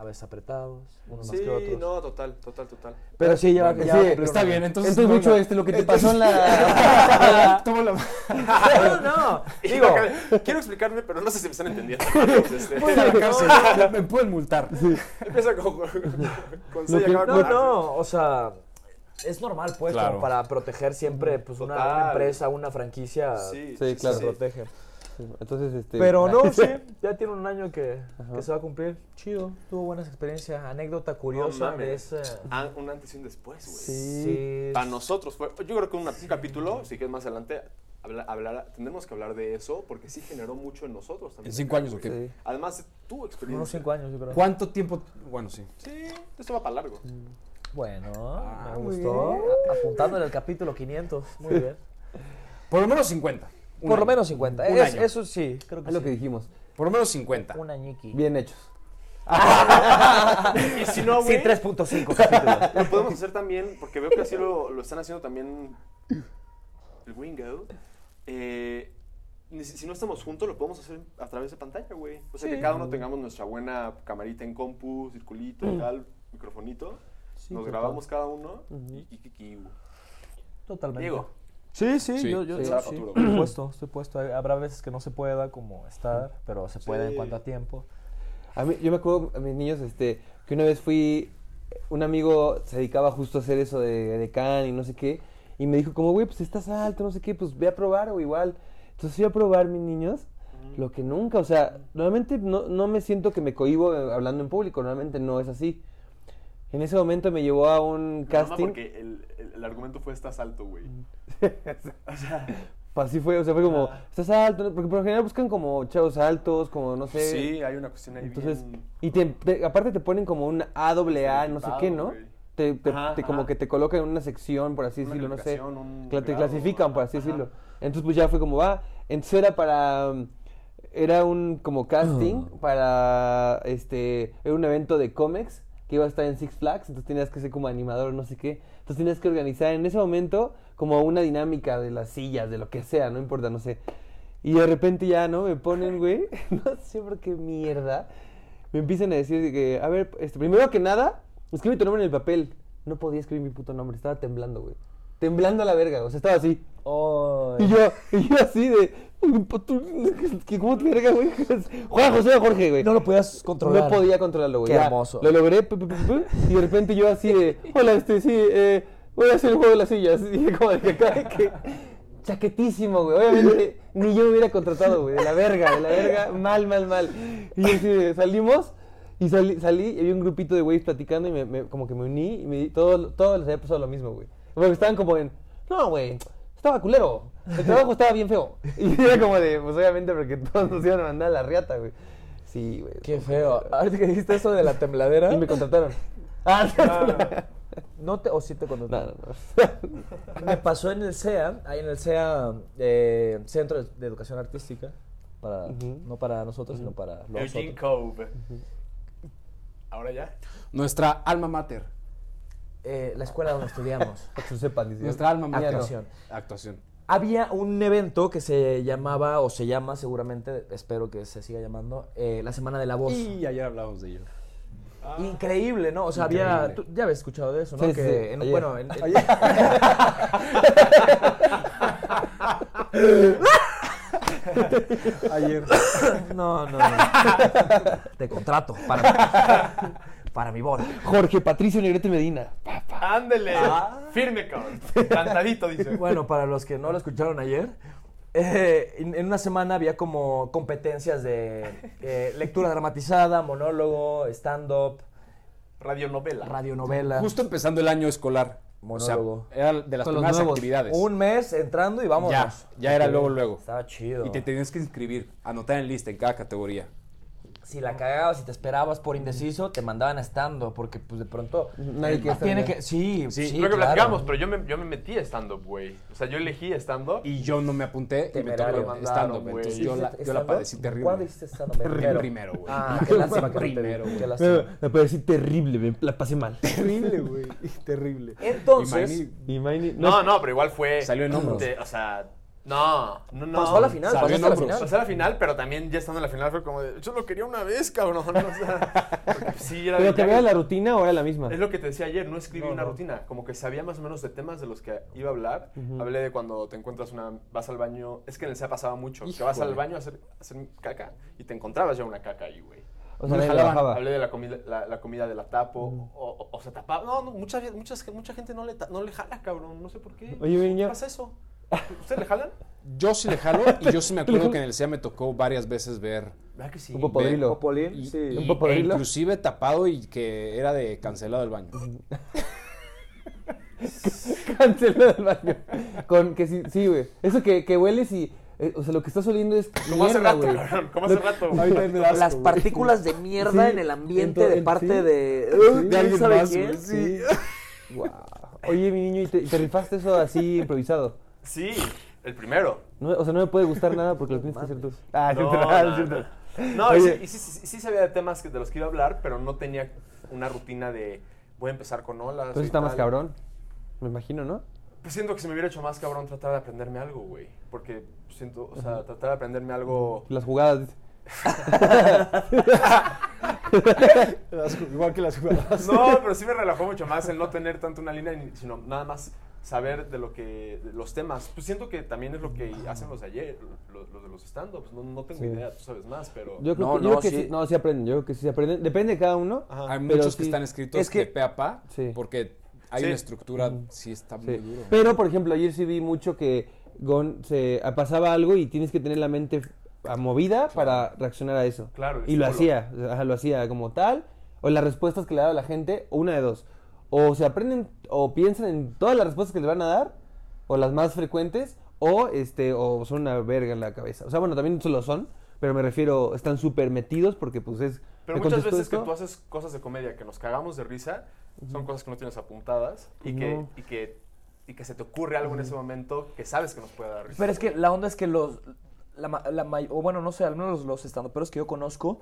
S2: a veces apretados, unos más que
S4: Sí,
S2: otros.
S4: no, total, total, total.
S2: Pero sí, ya, va-
S5: Bueno,
S2: ya
S5: sí,
S2: va a cumplir
S3: Está
S2: un año.
S3: bien, entonces.
S5: Entonces,
S3: no,
S5: mucho
S3: no.
S5: este, lo que te pasó en la.
S3: Toma la-
S2: No, no, digo,
S4: Quiero explicarme, pero no sé si me están entendiendo. Entonces, este,
S3: Voy a la cárcel. Me pueden multar.
S4: Empieza con, con
S5: Lo
S4: C y
S5: que-
S4: acaba con
S2: No,
S4: A.
S2: no, o sea, es normal, pues,
S3: Claro.
S2: como para proteger siempre pues, una,
S4: Total.
S2: una empresa, una franquicia.
S4: Sí,
S5: Sí,
S4: sí,
S5: claro.
S2: Se protege.
S5: Entonces, este.
S2: Pero no, sí, ya tiene un año que, que se va a cumplir. Chido, tuvo buenas experiencias, anécdota curiosa
S4: mames.
S2: de ese.
S4: Ah, un antes y un después, güey.
S2: Sí.
S4: Para nosotros fue. Yo creo que un, un capítulo, si quieres más adelante, habla- hablar- tendremos que hablar de eso porque sí generó mucho en nosotros también.
S3: ¿En cinco años o qué?
S5: Sí.
S4: Además, tu experiencia.
S2: Unos cinco años, yo creo.
S3: ¿Cuánto tiempo? Bueno, sí.
S4: Sí, esto va para largo.
S2: Bueno, me
S5: muy
S2: gustó.
S5: bien.
S2: A- Apuntándole al capítulo 500. Muy bien.
S3: Por lo menos 50. Un
S2: Por lo
S3: año.
S2: menos 50.
S3: Un
S2: Es-
S3: año.
S2: eso sí, creo que
S5: Es lo
S2: sí.
S5: que dijimos.
S3: Por lo menos 50.
S2: Un añiqui.
S5: Bien hechos.
S4: Y si no,
S2: Sí,
S4: güey.
S2: 3.5 capítulos.
S4: Lo podemos hacer también, porque veo que así lo, lo están haciendo también el Wingo. Eh, ni si si no estamos juntos, lo podemos hacer a través de pantalla, güey. O sea, que cada uno tengamos nuestra buena camarita en compu, circulito y tal. microfonito,
S5: Mm. Sí,
S4: nos
S5: total.
S4: grabamos cada uno y, y, y- y-
S2: Totalmente.
S4: Diego,
S2: Sí, sí,
S3: Sí,
S2: yo, yo,
S5: sí,
S2: yo-
S4: a
S2: sí,
S4: futuro.
S2: estoy puesto, estoy puesto. Hay- Habrá veces que no se pueda como estar, pero se puede en
S4: Sí.
S2: cuanto a tiempo.
S5: A mí, yo me acuerdo a mis niños, este, que una vez fui, un amigo se dedicaba justo a hacer eso de, de can y no sé qué, y me dijo como, güey, pues estás alto, no sé qué, pues ve a probar o igual. Entonces fui a probar mis niños,
S4: Mm.
S5: lo que nunca, o sea, normalmente no, no me siento que me cohibo eh, hablando en público, normalmente no es así. En ese momento me llevó a un
S4: nada más
S5: casting, Mm.
S4: porque el, el- el argumento fue estás alto, güey.
S5: pues, así fue, o sea, fue como, estás alto, ¿no? porque por lo general buscan como chavos altos, como no sé.
S4: Sí, hay una cuestión ahí
S5: Entonces,
S4: bien-
S5: y te, te- aparte te ponen como un A, doble A, no sé qué, ¿no?
S4: güey.
S5: Te, te-
S4: Ajá,
S5: te- como
S4: ajá.
S5: que te colocan en una sección, por así
S4: Una
S5: decirlo, no sé.
S4: calificación, un
S5: Cla- te
S4: grado,
S5: clasifican, por
S4: ajá,
S5: así
S4: ajá.
S5: decirlo. Entonces, pues ya fue como va. Entonces era para. mm, Era un como casting para. Este. Era un evento de cómics que iba a estar en Six Flags. Entonces tenías que ser como animador, no sé qué. Entonces tenías que organizar en ese momento como una dinámica de las sillas, de lo que sea, no importa, no sé. Y de repente ya, ¿no? Me ponen, güey. No sé por qué mierda. Me empiezan a decir de que, a ver, este, primero que nada, escribe tu nombre en el papel. No podía escribir mi puto nombre, estaba temblando, güey. Temblando a la verga, o sea, estaba así.
S2: Oh,
S5: Y yo, y yo así de, ¿qué- qué- ¿cómo te verga, güey? Juan José o Jorge, güey.
S2: no lo podías
S5: No
S2: controlar.
S5: podía controlarlo, güey.
S2: Qué
S5: Ya,
S2: hermoso.
S5: Lo logré, pu, pu, pu, pu, y de repente yo así de, hola, este, sí, eh, voy a hacer el juego de las sillas. Y como de que, acá- que chaquetísimo, güey. Obviamente, ni yo me hubiera contratado, güey. De la verga, de la verga, mal, mal, mal. Y yo así de, salimos, y salí, salí, y había un grupito de güeyes platicando, y me, me- como que me uní, y me, di- todo, todos les había pasado lo mismo, güey. Porque estaban como en, no, güey, estaba culero. El trabajo estaba bien feo. Y era como de, pues obviamente, porque todos nos iban a mandar a la riata, güey. Sí, güey.
S2: Qué feo. Ahorita que dijiste eso de la tembladera.
S5: Y me contrataron. Ah,
S2: No te, o sí te
S5: no,
S2: contrataron.
S5: no, no.
S2: Me pasó en el CEA, ahí en el CEA, eh, Centro de Educación Artística, para, no para nosotros, sino para los
S4: Eugene
S2: otros.
S4: Cove. Ahora ya.
S3: Nuestra alma mater.
S2: Eh, la escuela donde estudiamos.
S5: Para que lo sepan, dice.
S3: Nuestra alma mater.
S2: Actuación.
S3: Actuación.
S2: Había un evento que se llamaba, o se llama seguramente, espero que se siga llamando, eh, la Semana de la Voz.
S3: Y ayer hablábamos de ello.
S2: Increíble, ¿no? O sea, había.
S3: Increíble.
S2: tú ya habías escuchado de eso, ¿no?
S5: Sí, sí,
S2: que
S5: sí,
S2: en-
S5: ayer.
S2: bueno, en, en-
S3: Ayer.
S2: no, no, no. Te contrato para para mi boda.
S5: Jorge Patricio Negrete Medina.
S2: Ah,
S4: Ándele. Firme, cabrón. Plantadito, dice.
S2: Bueno, para los que no lo escucharon ayer, eh, en, en una semana había como competencias de eh, lectura dramatizada, monólogo, stand-up,
S4: Radionovela.
S2: radionovela.
S3: Justo empezando el año escolar.
S2: Ah. Monólogo.
S3: O sea, era de las
S5: Con los
S3: primeras
S5: nuevos.
S3: actividades.
S2: Un mes entrando y vámonos.
S3: Ya, ya era luego, luego.
S2: Estaba chido.
S3: Y te tenías que inscribir, anotar en lista en cada categoría.
S2: si la cagabas y te esperabas por indeciso, te mandaban a stand-up, porque pues de pronto
S5: Nadie quiere
S2: tiene
S5: stand-up.
S2: que sí, sí,
S4: Creo que
S2: claro.
S4: platicamos, pero yo me, yo me metí a stand-up, güey. O sea, yo elegí stand-up.
S3: Y yo no me apunté y me
S2: Temerario.
S3: tocó
S4: Mandaron,
S3: stand-up.
S4: güey.
S3: Entonces
S4: ¿Sí
S3: yo la,
S2: ¿Hiciste
S3: yo la
S2: stand-up?
S3: padecí terrible.
S2: ¿Cuándo hiciste stand-up?
S3: Primero, primero, güey.
S2: Ah, qué lástima que no te vi,
S3: Primero,
S2: qué
S3: güey.
S2: lástima.
S5: Me pareció terrible, me la pasé mal.
S3: Terrible, güey. Terrible.
S2: Entonces,
S5: Y Maini-
S4: No, no, pero igual fue.
S3: Salió en hombros.
S4: te- o sea, no, no, no.
S2: pasó a la final,
S3: Salió
S2: pasó
S3: en
S2: a la
S3: hombros.
S2: final.
S4: Pasó a la final, pero también ya estando en la final fue como de. Yo lo quería una vez, cabrón. ¿no? O sea, porque sí, era de-
S5: ¿Pero te
S4: ya-
S5: veía la rutina o era la misma?
S4: Es lo que te decía ayer, no escribí
S2: No,
S4: una
S2: no.
S4: rutina, como que sabía más o menos de temas de los que iba a hablar. Hablé de cuando te encuentras una, vas al baño, es que en el SEA pasaba mucho, que vas al baño a hacer, a hacer caca y te encontrabas ya una caca ahí, güey.
S5: O sea,
S3: Me
S5: nadie la
S3: jalaban.
S5: bajaba.
S4: Hablé de la comida, la, la comida de la tapo, o, o- o se tapaba. No, no, mucha, mucha, mucha gente no le, ta- no le jala, cabrón, no sé por qué.
S5: Oye, mi
S4: ¿Qué
S5: niño.
S4: pasa eso? ¿Ustedes le jalan?
S3: Yo sí le jalo y yo sí me acuerdo que en el CEA me tocó varias veces ver.
S4: ¿Verdad que sí?
S5: Un popodrilo.
S2: Popolín,
S3: y-
S2: sí.
S3: y-
S5: ¿Un
S3: e
S5: popodrilo?
S3: inclusive tapado y que era de cancelado el baño.
S5: Canceló del baño. Con que sí, sí, güey. Eso que, que hueles y. eh, o sea, lo que estás oliendo es.
S4: ¿Cómo hace
S5: mierda,
S4: rato,
S5: güey.
S4: cabrón? ¿Cómo hace rato? güey?
S2: las partículas de mierda
S5: Sí,
S2: en el
S5: en
S2: ambiente
S5: todo-
S2: de
S5: en-
S2: parte
S5: sí.
S2: de
S5: Sí.
S2: ¿quién sabe quién?
S5: Sí. Guau. Oye, mi niño, ¿y te, y te rifaste eso así improvisado?
S4: Sí, el primero.
S5: No, o sea, no me puede gustar nada porque lo tienes que hacer tú. Ah,
S4: No,
S5: cierto,
S4: no,
S5: ah, cierto.
S4: No, y sí,
S5: Oye.
S4: y sí, sí- sí sabía de temas que- de los que iba a hablar, pero no tenía una rutina de voy a empezar con olas.
S5: Entonces
S4: y
S5: pues está más
S4: tal.
S5: cabrón. Me imagino, ¿no?
S4: Pues siento que se me hubiera hecho más cabrón tratar de aprenderme algo, güey. Porque siento, o sea, tratar de aprenderme algo.
S5: Las jugadas. dice.
S3: Las ju- Igual que las jugadas.
S4: No, pero sí me relajó mucho más el no tener tanto una línea, ni- sino nada más saber de lo que de los temas. Pues siento que también es lo que hacen los de ayer, los, los de los stand-ups. No, no tengo
S5: Sí.
S4: idea, tú sabes más, pero...
S5: Yo creo
S3: No,
S5: que,
S3: no,
S5: yo creo que
S3: sí.
S5: sí. No, sí aprenden. Yo creo que sí aprenden. Depende de cada uno.
S4: Ajá.
S3: Hay
S5: Pero
S3: muchos que
S5: sí.
S3: están escritos
S5: Es que-
S3: de pe a pa,
S5: Sí.
S3: porque hay
S4: Sí.
S3: una estructura, sí está muy
S5: Sí.
S3: duro.
S5: Pero, por ejemplo, ayer sí vi mucho que Gon se ah, pasaba algo y tienes que tener la mente ah, movida para reaccionar a eso.
S4: Claro, el
S5: Y lo
S4: estímulo.
S5: hacía, ajá, lo hacía como tal, o las respuestas que le daba la gente, o una de dos. O se aprenden o piensan en todas las respuestas que le van a dar, o las más frecuentes, o este o son una verga en la cabeza. O sea, bueno, también eso lo son, pero me refiero, están súper metidos porque pues es...
S4: Pero
S5: ¿me
S4: muchas
S5: contestó
S4: veces que
S5: esto?
S4: tú haces cosas de comedia que nos cagamos de risa, son cosas que no tienes apuntadas y, que,
S5: No.
S4: y, que, y que se te ocurre algo en ese momento que sabes que nos puede dar risa.
S2: Pero es que la onda es que los. La, ma- la may- o bueno, no sé, al menos los, los estandoperos que yo conozco,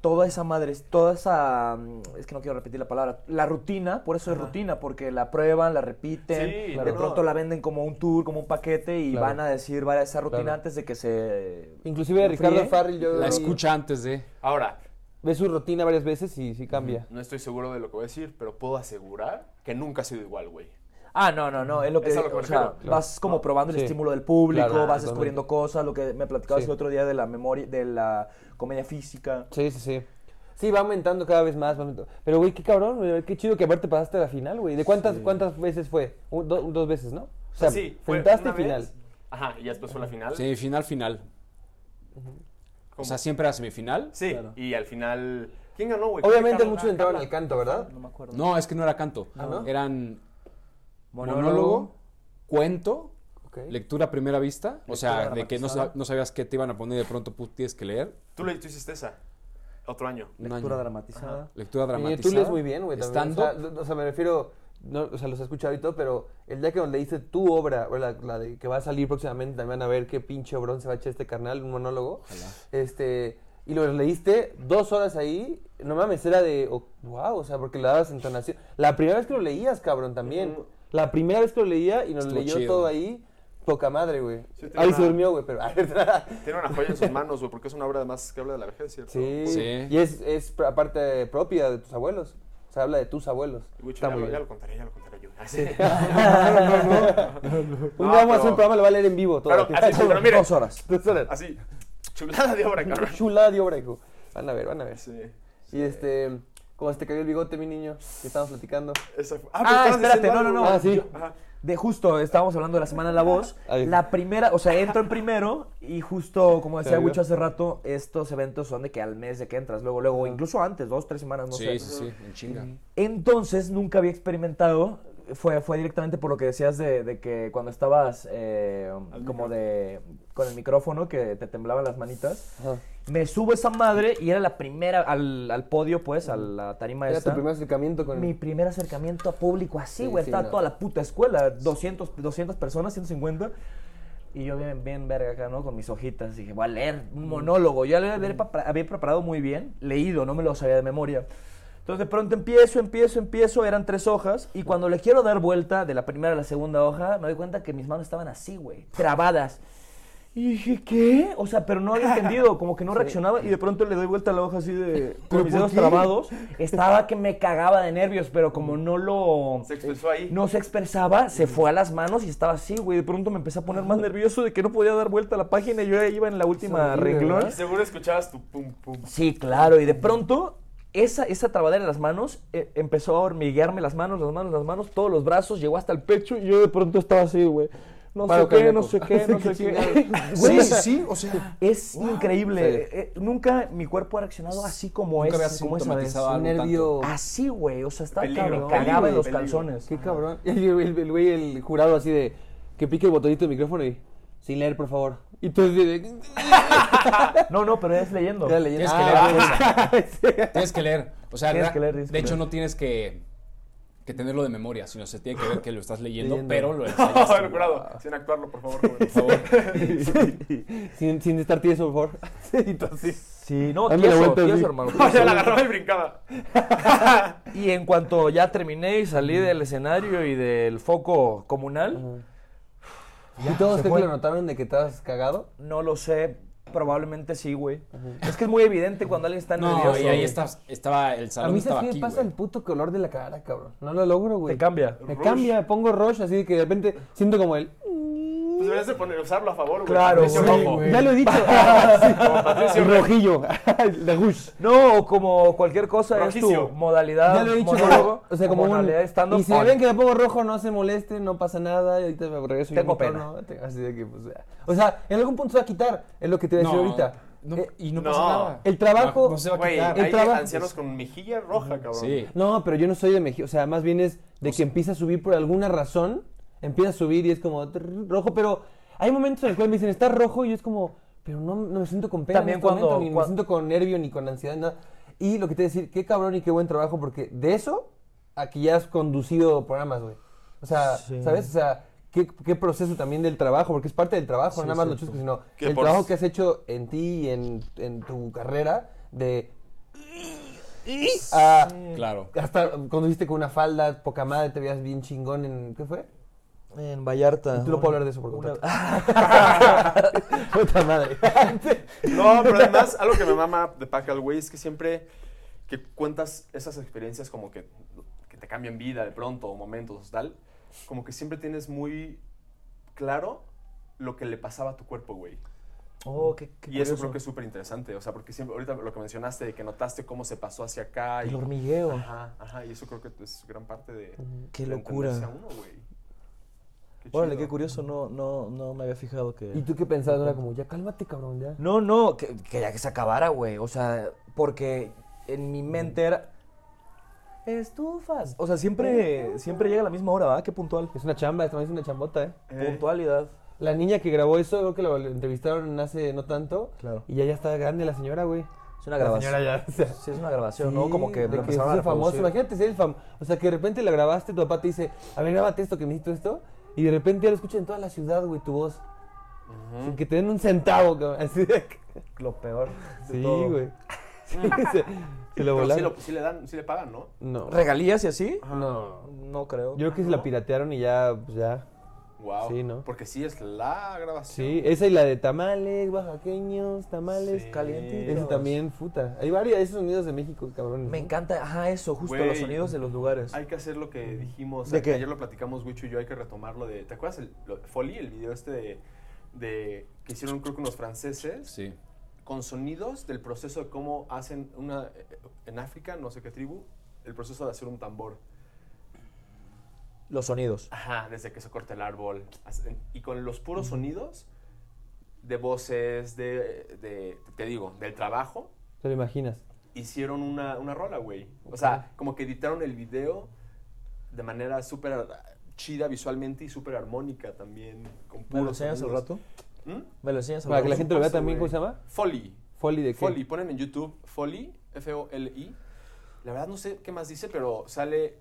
S2: toda esa madre, toda esa. mm, Es que no quiero repetir la palabra. La rutina, por eso es rutina, porque la prueban, la repiten,
S4: Sí,
S2: de
S4: claro.
S2: pronto la venden como un tour, como un paquete y
S5: Claro.
S2: van a decir, vaya, esa rutina
S5: Claro.
S2: antes de que se.
S5: Inclusive Ricardo
S2: enfríe.
S5: Farrell yo...
S3: ¿eh? La
S5: vi-
S3: escucha antes de.
S4: Ahora,
S5: Ve su rutina varias veces y sí cambia.
S4: no estoy seguro de lo que voy a decir, pero puedo asegurar que nunca ha sido igual, güey.
S2: Ah, no, no, no, es lo que,
S4: Es a lo que
S2: o
S4: me
S2: sea,
S4: refiero.
S2: vas como probando el
S5: Sí.
S2: estímulo del público,
S5: Claro,
S2: vas
S5: totalmente.
S2: descubriendo cosas, lo que me platicabas
S5: Sí.
S2: el otro día de la memoria, de la comedia física.
S5: Sí, sí, sí. Sí, va aumentando cada vez más. va aumentando. Pero, güey, qué cabrón, güey. Qué chido que aparte pasaste a la final, güey. ¿De cuántas, cuántas veces fue? Un- do- dos veces, ¿no? O sea,
S4: sí, fue
S5: enfrentaste
S4: una vez.
S5: final.
S4: Ajá, y ya después fue la final.
S3: Sí, final, final. O sea, siempre era semifinal.
S4: Sí, y al final... ¿Quién ganó, güey?
S5: Obviamente
S4: Carlos-
S5: muchos
S4: ah,
S5: entraban
S4: Carlos.
S5: al canto, ¿verdad?
S2: No me acuerdo.
S3: No, es que no era canto.
S5: Ah, ¿no?
S3: Eran monólogo,
S2: Monólogo.
S3: cuento,
S5: Ok.
S3: lectura a primera vista. O sea,
S2: Lectura
S3: de que no,
S2: dramatizada.
S3: sab- no sabías qué te iban a poner y de pronto pues, tienes que leer.
S4: Tú, le, tú hiciste esa, otro año.
S3: Un
S2: Lectura
S3: año.
S2: dramatizada.
S3: Lectura
S5: Y
S3: dramatizada.
S5: tú lees muy bien, güey. también. O
S3: Estando.
S5: sea, lo- o sea, me refiero... No, o sea, los he escuchado y todo, pero el día que nos leíste tu obra, o la, la de que va a salir próximamente, también van a ver qué pinche obrón se va a echar este carnal, un monólogo. Este, y lo leíste dos horas ahí, no mames, era de, wow, o sea, porque le dabas entonación. La primera vez que lo leías, cabrón, también. La primera vez que lo leía y nos
S3: Estuvo
S5: leyó
S3: chido.
S5: todo ahí, poca madre, güey.
S4: Sí, tenía
S5: ahí
S4: una-
S5: se durmió, güey, pero...
S4: Tiene una joya en sus manos, güey, porque es una obra además que habla de la vejez, ¿cierto?
S5: sí.
S3: Sí.
S5: Y es, es pr- aparte propia de tus abuelos. O sea, habla de tus abuelos.
S4: Y, güey,
S5: Está
S4: ya,
S5: muy
S4: lo, ya
S5: bien.
S4: lo contaré, ya lo contaré yo. Sí.
S5: Un
S4: No,
S5: día vamos a hacer
S4: pero-
S5: un programa, lo va a leer en vivo todo.
S4: Claro,
S5: aquí.
S4: así, pero miren,
S2: Dos horas.
S5: Dos horas.
S4: así, chulada de obra, cabrón.
S5: Chulada de obra, hijo. Van a ver, van a ver.
S4: Sí.
S5: Y este, como se te cayó el bigote, mi niño, que estábamos platicando.
S4: Esa fue-
S2: Ah,
S4: estabas
S2: espérate,
S4: diciendo
S2: no, no,
S4: algo,
S2: no.
S4: güey.
S5: Ah, sí.
S4: Ajá.
S2: De justo, estábamos hablando de la semana de la voz.
S5: Ahí.
S2: La primera, o sea, entro en primero y justo, como
S5: Se
S2: decía
S5: vio.
S2: Wicho hace rato, estos eventos son de que al mes de que entras, luego, luego, incluso antes, dos, tres semanas, no
S3: sí,
S2: sé.
S3: sí, sí, en chinga.
S2: Entonces, nunca había experimentado, fue, fue directamente por lo que decías de, de que cuando estabas eh, como de, con el micrófono, que te temblaban las manitas.
S5: Ajá.
S2: Me subo esa madre y era la primera al, al podio, pues, a la tarima
S5: Era
S2: esta.
S5: tu primer acercamiento con...
S2: Mi primer acercamiento a público así,
S5: Sí,
S2: güey.
S5: sí,
S2: estaba
S5: no.
S2: toda la puta escuela, 200, 200 personas, 150. Y yo bien, bien verga acá, ¿no? Con mis hojitas. Dije, voy a leer un
S5: Mm.
S2: monólogo. Yo le había, papra- había preparado muy bien, leído, no me lo sabía de memoria. Entonces de pronto empiezo, empiezo, empiezo. Eran tres hojas. Y cuando le quiero dar vuelta de la primera a la segunda hoja, me doy cuenta que mis manos estaban así, güey. Trabadas. Y dije, ¿qué? O sea, pero no había entendido, como que no reaccionaba y de pronto le doy vuelta a la hoja así de... con mis dedos trabados. Estaba que me cagaba de nervios, pero como no lo...
S4: Se expresó ahí.
S2: No se expresaba, se fue a las manos y estaba así, güey. De pronto me empecé a poner más nervioso de que no podía dar vuelta a la página y yo ya iba en la última
S5: horrible,
S2: renglón.
S5: ¿verdad?
S4: Seguro escuchabas tu pum pum.
S2: Sí, claro, y de pronto esa, esa trabadera en las manos eh, empezó a hormiguearme las manos, las manos, las manos, todos los brazos, llegó hasta el pecho y yo de pronto estaba así, güey. No
S5: Paro
S2: sé qué,
S5: cardíaco.
S2: no sé qué, no sé qué.
S3: Sí,
S2: Güey, pues,
S3: sí, sí, o sea.
S2: es increíble. Eh, eh, nunca mi cuerpo ha reaccionado así como
S3: Nunca
S2: es,
S3: había
S2: como esa vez.
S3: sintomatizado
S5: Un
S3: algo
S5: nervio...
S2: Así, güey. O sea, estaba
S4: Peligro,
S2: cabrón, cagaba en los
S4: peligro,
S2: calzones.
S5: Qué cabrón. Y el, el- el güey, el jurado así de... Que pique el botonito del micrófono y... Sin leer, por favor. Y tú así de...
S2: No, no, pero es leyendo.
S5: Ya leyendo.
S3: Tienes que
S5: Ah,
S3: leer,
S5: sí.
S3: Tienes que leer. O sea,
S2: Tienes
S3: ra-
S2: que leer, tienes
S3: de
S2: que
S3: hecho,
S2: leer.
S3: no tienes que, que tenerlo de memoria, sino se tiene que ver que lo estás leyendo,
S5: Leyendo.
S3: pero lo
S4: Oh,
S3: ensayaste.
S4: el jurado, sin actuarlo, por favor. güey.
S3: Por favor.
S5: sin, sin estar tieso, por favor. Sí, y tú así.
S2: Sí, no,
S5: Dame la
S2: tieso,
S5: vuelta,
S2: tieso,
S5: sí.
S2: hermano.
S4: O sea, la agarraba y brincaba.
S2: Y en cuanto ya terminé y salí del escenario y del foco comunal,
S5: ¿Y todos creen
S2: se
S5: que
S2: fue.
S5: lo notaron de que estabas cagado?
S2: no lo sé. Probablemente sí, güey. Es que es muy evidente cuando alguien está
S3: No,
S2: nervioso.
S3: y ahí
S2: güey.
S3: está, estaba el
S5: A
S3: salón.
S5: mí,
S3: estaba
S5: ¿sabes qué
S3: aquí,
S5: me pasa
S3: güey.
S5: el puto color de la cara, cabrón? No lo logro, güey.
S2: Te cambia.
S5: Me
S4: Rush.
S5: cambia, pongo rush, así que de repente siento como el...
S4: Pues deberías de poner, usarlo a favor, güey.
S2: Claro,
S4: Patricio
S2: güey.
S4: Rojo.
S5: Ya lo he dicho.
S4: Patricio
S5: el
S4: Rojo.
S5: rojillo. de rush.
S2: No, o como cualquier cosa es
S4: Rojicio.
S2: tu modalidad.
S5: Ya lo he dicho.
S2: monólogo,
S5: como- o sea, como un...
S2: modalidad stand
S5: Y si ven que me pongo rojo, no se moleste, no pasa nada. Y ahorita me regreso yo
S2: Tengo
S5: a mi tono, te- Así de que, pues... ya. O sea, en algún punto se va a quitar. Es lo que te voy a decir ahorita.
S3: no,
S5: Eh,
S3: y no,
S4: no.
S3: pasa nada.
S5: el trabajo-
S3: No, no se va a
S4: Güey,
S3: quitar.
S5: el
S4: hay
S5: trabajo-
S4: ancianos con mejilla roja, cabrón.
S3: Sí.
S5: No, pero yo no soy de México. O sea, más bien es de que empieza a subir por alguna razón. Empieza a subir y es como trrr, rojo. Pero hay momentos en los cuales me dicen, está rojo. Y yo es como, pero no, no me siento con pena. en
S2: También
S5: este momento,
S2: cuando-
S5: ni me
S2: cua-
S5: siento con nervio ni con ansiedad. nada. Y lo que te voy a decir, qué cabrón y qué buen trabajo. Porque de eso, aquí ya has conducido programas, güey. O sea, ¿sabes? O sea, qué, qué proceso también del trabajo. Porque es parte del trabajo, no nada más los chuscos, sino
S4: Que
S5: el
S4: por-
S5: trabajo que has hecho en ti y en, en tu carrera de. a-
S3: Claro.
S5: hasta conduciste con una falda, poca madre, te veías bien chingón en... ¿Qué fue?
S2: En Vallarta.
S5: Tú no puedo hablar de eso por
S2: Ah, Una- Ah,
S5: completo. Puta madre.
S4: No, pero además, algo que me mama de Pacal, güey, es que siempre que cuentas esas experiencias como que, que te cambian vida de pronto, o momentos, tal, como que siempre tienes muy claro lo que le pasaba a tu cuerpo, güey.
S2: Oh, qué, qué
S4: Y eso
S2: curioso.
S4: creo que es súper interesante, o sea, porque siempre, ahorita lo que mencionaste, de que notaste cómo se pasó hacia acá. Y,
S2: El hormigueo. Mm,
S4: Ajá, ajá, y eso creo que es gran parte de...
S2: Qué
S4: de
S2: locura.
S4: entenderse a uno, güey. Qué
S2: Órale,
S4: chido.
S2: qué curioso. No, no, no me había fijado que.
S5: ¿Y tú qué pensabas? Era como, ya cálmate, cabrón, ya.
S2: No, no, que, que ya que se acabara, güey. O sea, porque en mi mente era. Estufas. O sea, siempre, siempre llega a la misma hora, ¿verdad? Qué puntual.
S5: Es una chamba, esta es una chambota, ¿eh?
S2: Puntualidad.
S5: La niña que grabó eso, creo que lo entrevistaron hace no tanto.
S2: Claro.
S5: Y ya, ya está grande la señora, güey.
S2: Es una
S5: La
S2: grabación.
S5: señora ya, o sea,
S2: Sí, es una grabación, ¿no? Como que
S5: de
S2: lo
S5: que
S2: empezaron a
S5: es famoso.
S2: reproducir.
S5: Imagínate ser el famoso. O sea, que de repente la grabaste, tu papá te dice, a ver, grábate esto, que necesito esto. Y de repente ya lo escuchan en toda la ciudad, güey, tu voz. Sin que te den un centavo, cabrón. Así de que-
S2: Lo peor. de
S5: Sí,
S2: todo.
S5: güey. Sí, se, se lo
S4: Pero sí,
S5: volaron.
S4: lo- sí le dan, sí le pagan, ¿no?
S5: No.
S2: ¿Regalías y así?
S5: No.
S2: No creo.
S5: Yo creo que se la piratearon y ya, pues ya.
S4: Wow.
S5: Sí, ¿no?
S4: Porque sí es la grabación.
S5: Sí, esa y la de tamales, oaxaqueños, tamales.
S4: Sí.
S2: Calientitos.
S5: Eso también, puta. Hay varias, esos sonidos de México, cabrones.
S2: Me
S5: ¿no?
S2: encanta, ajá, eso, justo
S4: Güey.
S2: los sonidos de los lugares.
S4: Hay que hacer lo que dijimos.
S2: ¿De
S4: que
S2: qué?
S4: Ayer lo platicamos Wicho y yo. Hay que retomarlo de. ¿Te acuerdas el lo- Folly, el video este de, de- que hicieron creo que unos franceses
S3: Sí.
S4: con sonidos del proceso de cómo hacen una eh, en África, no sé qué tribu, el proceso de hacer un tambor.
S2: Los sonidos.
S4: Ajá, desde que se corta el árbol. hacen- Y con los puros sonidos de voces, de, de- te digo, del trabajo,
S5: ¿Te lo imaginas?
S4: hicieron una, una rola, güey. O sea, como que editaron el video de manera súper ah, chida visualmente y súper armónica también. Con
S2: ¿Me lo
S4: puros
S2: enseñas al
S4: sonidos.
S2: rato?
S4: ¿Mm?
S2: ¿Me lo enseñas al
S5: Para
S2: rato?
S5: que la gente lo vea
S4: supuesto,
S5: también, ¿cómo
S4: güey.
S5: se llama?
S4: Folly.
S5: Folly de qué?
S4: Folly. Ponen en YouTube Folly, F-O-L-I. La verdad no sé qué más dice, pero sale...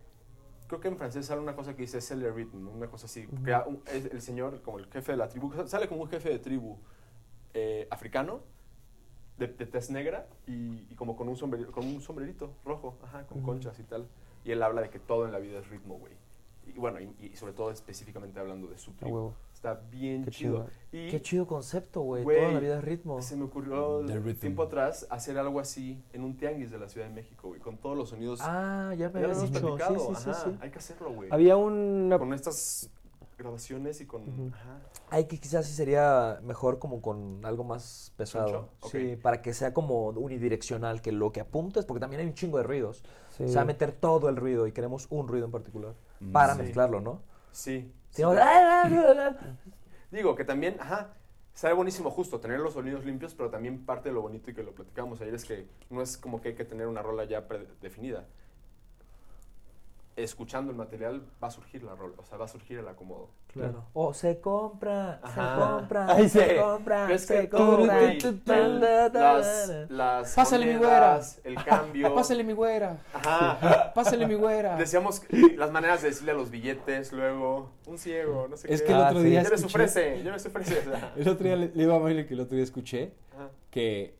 S4: Creo que en francés sale una cosa que dice c'est le rythme, una cosa así. que a- un- es el señor, como el jefe de la tribu, sale como un jefe de tribu eh, africano, de, de tez negra y, y como con un, sombrero, con un sombrerito rojo, ajá, con conchas y tal. Y él habla de que todo en la vida es ritmo, güey. Y bueno, y, y sobre todo específicamente hablando de su tribu.
S5: huevo.
S4: Está bien
S5: Qué
S4: chido. Y
S2: Qué chido concepto, güey.
S4: Güey,
S2: Toda la vida es ritmo.
S4: se me ocurrió
S3: The rhythm.
S4: tiempo atrás hacer algo así en un tianguis de la Ciudad de México, güey, con todos los sonidos.
S2: Ah, ya me
S4: ya lo
S2: habías
S4: hemos
S2: dicho. Sí,
S4: platicado.
S2: sí, sí,
S4: ajá,
S2: sí.
S4: Hay que hacerlo, güey.
S5: Había una...
S4: Con estas grabaciones y con. ajá.
S2: Hay que quizás sí sería mejor como con algo más pesado.
S4: ¿Choncho?
S2: Sí,
S4: Ok.
S2: para que sea como unidireccional, que lo que apuntes, porque también hay un chingo de ruidos.
S5: Sí.
S2: O sea, meter todo el ruido y queremos un ruido en particular para
S4: Mm, Sí.
S2: mezclarlo, ¿no?
S4: Sí.
S2: Si no, ¡ah, ah, ah, ah!
S4: Digo que también, ajá, sale buenísimo justo tener los sonidos limpios, pero también parte de lo bonito y que lo platicamos ayer es que no es como que hay que tener una rola ya predefinida. Escuchando el material va a surgir la rola, o sea, va a surgir el acomodo.
S2: Claro. O se compra, se
S4: Ajá.
S2: compra,
S5: Ay,
S2: se
S5: sí.
S2: compra,
S4: Pero es que
S2: se
S4: todo,
S2: compra.
S4: güey, el- las, las monedas, el cambio.
S3: mi güera.
S4: Ajá.
S3: Pásale mi güera.
S4: Decíamos que las maneras de decirle a los billetes, luego, un ciego, no sé
S3: Es
S4: qué.
S3: que el
S5: Ah,
S3: otro
S5: sí.
S3: día.
S4: Ya les
S3: escuché-
S4: ofrece, ya les ofrece.
S3: El otro día le, le iba a Maile que el otro día escuché
S4: Ajá.
S3: que.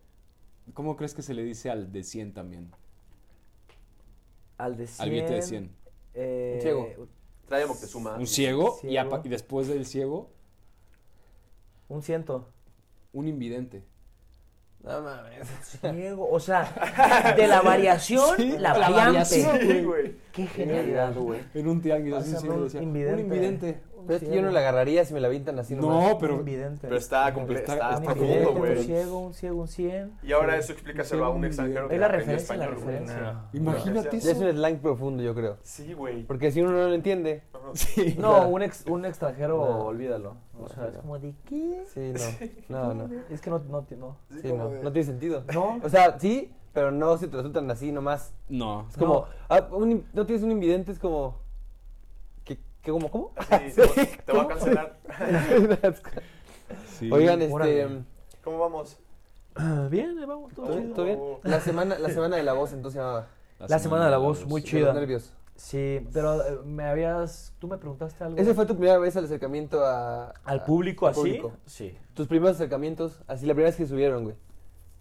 S3: ¿Cómo crees que se le dice al de 100 también?
S2: Al de 100.
S3: Al billete de 100.
S2: eh,
S5: Un ciego.
S4: Trae a Moctezuma.
S3: Un ciego, Y, apa-
S2: Ciego.
S3: y después del ciego,
S2: Un ciento.
S3: un invidente.
S5: No mames.
S6: Ciego, O sea, de la variación, la variante.
S4: Sí, güey.
S6: Qué genialidad, güey.
S5: En un tianguis,
S6: así Pásame ciego, un decía, invidente. un invidente.
S5: Pero es que yo no la agarraría si me la avientan así nomás.
S3: No, pero.
S6: Invidente.
S4: Pero está, comple-
S3: Está-
S4: está,
S6: Un
S4: está
S6: invidente,
S4: profundo,
S6: Un
S4: güey.
S6: ciego, un ciego, un cien.
S4: Y ahora eso explícaselo a un extranjero que
S6: Es la
S4: aprendió
S6: referencia, la
S4: español, güey.
S6: referencia.
S4: Nah.
S3: Imagínate
S5: Ya es
S3: eso.
S5: un slang profundo, yo creo.
S4: Sí, güey.
S5: Porque si uno no lo entiende.
S2: No, un, ex- un extranjero,
S5: No.
S2: olvídalo. O sea, es como-
S6: Como de qué?
S5: Sí, no. No, no.
S2: es que no, no, ti- no.
S5: Sí, no. No tiene sentido.
S2: No.
S5: O sea, sí, pero no se te resultan así nomás.
S3: No.
S5: Es como. ah, un- No, tienes un invidente, es como. ¿Qué, qué como, cómo?
S4: Sí, te voy- te voy a cancelar.
S3: Sí.
S5: Oigan, este.
S2: Órale.
S4: ¿Cómo vamos?
S2: Bien, vamos, todo
S5: ¿Todo
S2: chido.
S5: todo bien? La semana, la semana de la voz, entonces se llamaba.
S6: La semana de la voz, muy
S5: De los
S6: chida.
S5: nervios.
S2: Sí, pero eh, me habías. Tú me preguntaste algo.
S5: ¿Esa fue tu primera vez al acercamiento a,
S6: Al
S5: a-
S6: público
S5: al
S6: así.
S5: público?
S6: Sí.
S5: Tus primeros acercamientos, así la primera vez que subieron, güey.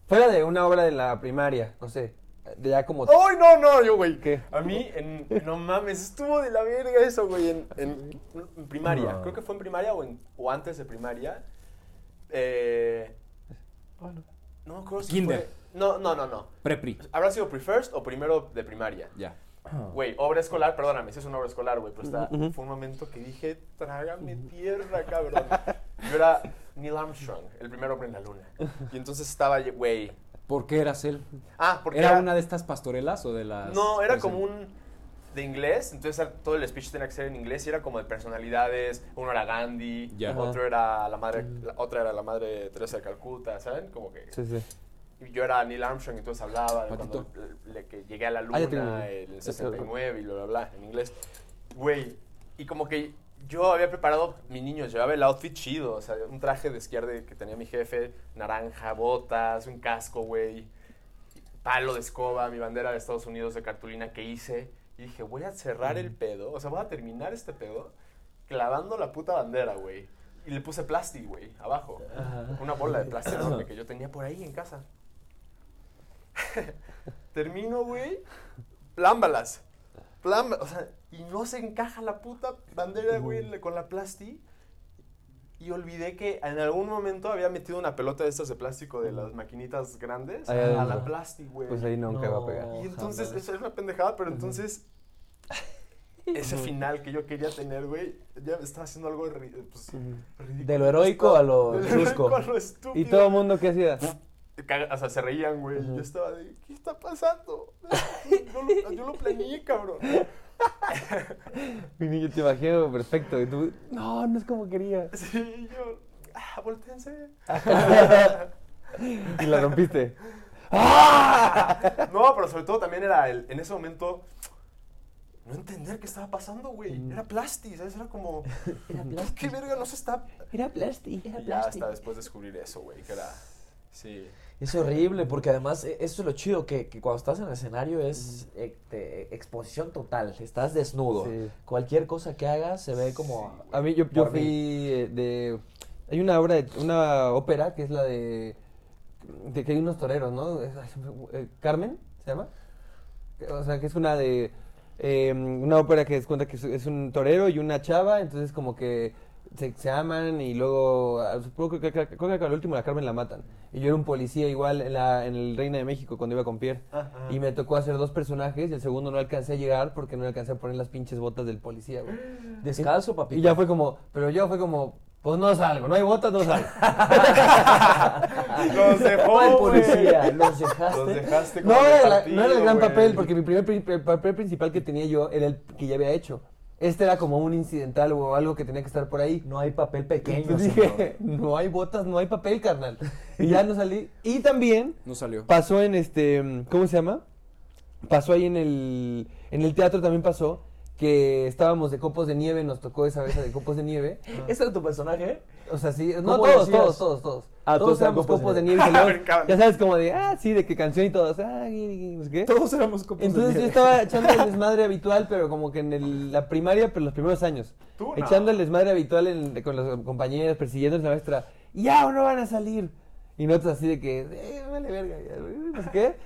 S5: Fuera de una obra de la primaria, no sé. De ya como.
S4: ¡Ay, no, no! Yo, güey.
S5: ¿Qué?
S4: A mí, en, no mames, estuvo de la verga eso, güey. En, en- en primaria. Creo que fue en primaria o, en- o antes de primaria. Eh, no me acuerdo si
S3: Kinder.
S4: fue- No, no, no, no.
S3: Prepri.
S4: ¿Habrá sido pre-first o primero de primaria?
S3: Ya.
S4: Güey, obra escolar, perdóname, si es una obra escolar, güey, pero está, fue un momento que dije, trágame tierra, cabrón. Yo era Neil Armstrong, el primer hombre en la luna. Y entonces estaba, güey.
S3: ¿Por qué eras él?
S4: Ah, porque
S3: ¿Era una de estas pastorelas o de las.?
S4: No, era
S3: pues,
S4: como un de inglés, entonces al- todo el speech tenía que ser en inglés y era como de personalidades, uno era Gandhi,
S3: Ya. Ajá.
S4: otro era la madre, la- otra era la madre Teresa de Calcuta, ¿saben? Como que
S5: Sí, sí.
S4: y yo era Neil Armstrong, entonces hablaba de
S3: Patito.
S4: cuando le- le- que llegué a la
S5: Ah, ya te lo-
S4: luna en el 69 y bla, bla, bla, en inglés. Güey, y como que yo había preparado, mi niño llevaba el outfit chido, o sea, un traje de izquierda que tenía mi jefe, naranja, botas, un casco, güey, palo de escoba, mi bandera de Estados Unidos de cartulina que hice. Y dije, voy a cerrar
S5: Mm.
S4: el pedo, o sea, voy a terminar este pedo clavando la puta bandera, güey. Y le puse plástico, güey, abajo. Una bola de plástico enorme que yo tenía por ahí en casa. Termino, güey. Plámbalas. Plámbalas. O sea, y no se encaja la puta bandera, güey, en la- con la plasti. Y olvidé que en algún momento había metido una pelota de estas de plástico de las maquinitas grandes
S5: Ahí
S4: a
S5: adentro.
S4: la plasti, güey.
S5: Pues ahí nunca va a pegar.
S2: No.
S4: Y entonces, eso es una pendejada, pero entonces. Ese final que yo quería tener, güey, ya estaba haciendo algo ri- pues, ridículo.
S2: De lo heroico a lo
S4: Del
S2: chusco.
S4: heroico a lo estúpido.
S5: ¿Y todo el mundo qué hacía?
S4: Caga- O sea, se reían, güey. y Yo estaba de, ¿qué está pasando? Yo lo, yo lo planeé, cabrón.
S5: Mi niño, te imagino perfecto. Y tú, no, no es como quería.
S4: Sí, yo, ah, volteense.
S5: Y la rompiste. ¡Ah!
S4: No, pero sobre todo también era el, en ese momento no entender qué estaba pasando, güey. Era plasti, ¿sabes? Era como, ¿qué verga no se está?
S6: Era plástico.
S4: Y ya hasta después descubrir eso, güey, que era, sí.
S2: Es horrible porque además eh, eso es lo chido, que, que cuando estás en el escenario es eh, te- exposición total, estás desnudo.
S5: Sí.
S2: Cualquier cosa que hagas se ve como...
S5: A mí, yo, yo
S2: Por
S5: fui
S2: mí.
S5: eh, de. Hay una obra, de- una ópera que es la de. de que hay unos toreros, ¿no? Es- ay, se me- eh, ¿Carmen? ¿Se llama? Que- O sea, que es una de. eh, una ópera que es cuenta que es, es un torero y una chava, entonces como que se, se aman y luego. ah, Supongo que, que- que- creo que al último la Carmen la matan. Y yo era un policía igual en, la, en el Reina de México cuando iba con Pierre.
S2: Ah.
S5: Y me tocó hacer dos personajes y el segundo no alcancé a llegar porque no le alcancé a poner las pinches botas del policía, güey.
S2: Descalzo, papi.
S5: Y ya fue como, pero yo fue como, pues no salgo, no hay botas, no salgo.
S4: Los dejó,
S2: el
S4: güey.
S2: policía, los dejaste.
S4: Los dejaste
S5: No
S4: con el
S5: era, la-
S4: partido,
S5: no era el gran
S4: güey.
S5: papel, porque mi primer pri- el papel principal que tenía yo era el que ya había hecho. Este era como un incidental o algo que tenía que estar por ahí.
S2: No hay papel pequeño.
S5: Entonces
S2: señor.
S5: dije, no hay botas, no hay papel, carnal. Y ya no salí. Y también
S3: No salió.
S5: pasó en este, ¿cómo se llama? Pasó ahí en el, en el teatro también pasó que estábamos de copos de nieve, nos tocó esa vez de copos de nieve.
S2: ¿Ese era tu personaje?
S5: O sea, sí, no
S2: ¿Cómo
S5: todos,
S2: decías?
S5: todos, todos, todos.
S2: Ah,
S5: todos
S2: todos eran
S5: éramos
S2: copos
S5: copos de
S2: de
S5: nieve. y luego,
S4: A ver, cabrón.
S5: ya sabes, como de, ah, sí, de qué canción y todos. Ah, y- y- no sé qué.
S3: Todos éramos como.
S5: Entonces yo estaba echando el desmadre habitual, pero como que en el- la primaria, pero los primeros años.
S4: Tú no.
S5: Echando el desmadre habitual en- con los compañeros, persiguiendo a la maestra. Ya, o no van a salir. Y nosotros así de que, eh, vale verga, ya, no sé qué.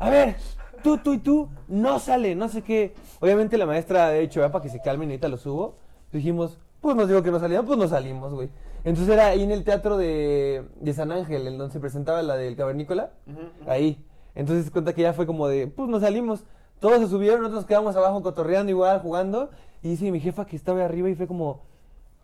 S5: A ver, tú, tú y tú, no sale, no sé qué. Obviamente la maestra ha dicho, "Ah, para que se calmen, ahorita lo subo. Dijimos, pues nos dijo que no salíamos, pues no salimos, güey. Entonces era ahí en el teatro de, de San Ángel, en donde se presentaba la del Cavernícola. Ahí. Entonces se cuenta que ya fue como de, pues nos salimos. Todos se subieron, nosotros nos quedamos abajo cotorreando igual, jugando. Y dice mi jefa que estaba arriba y fue como,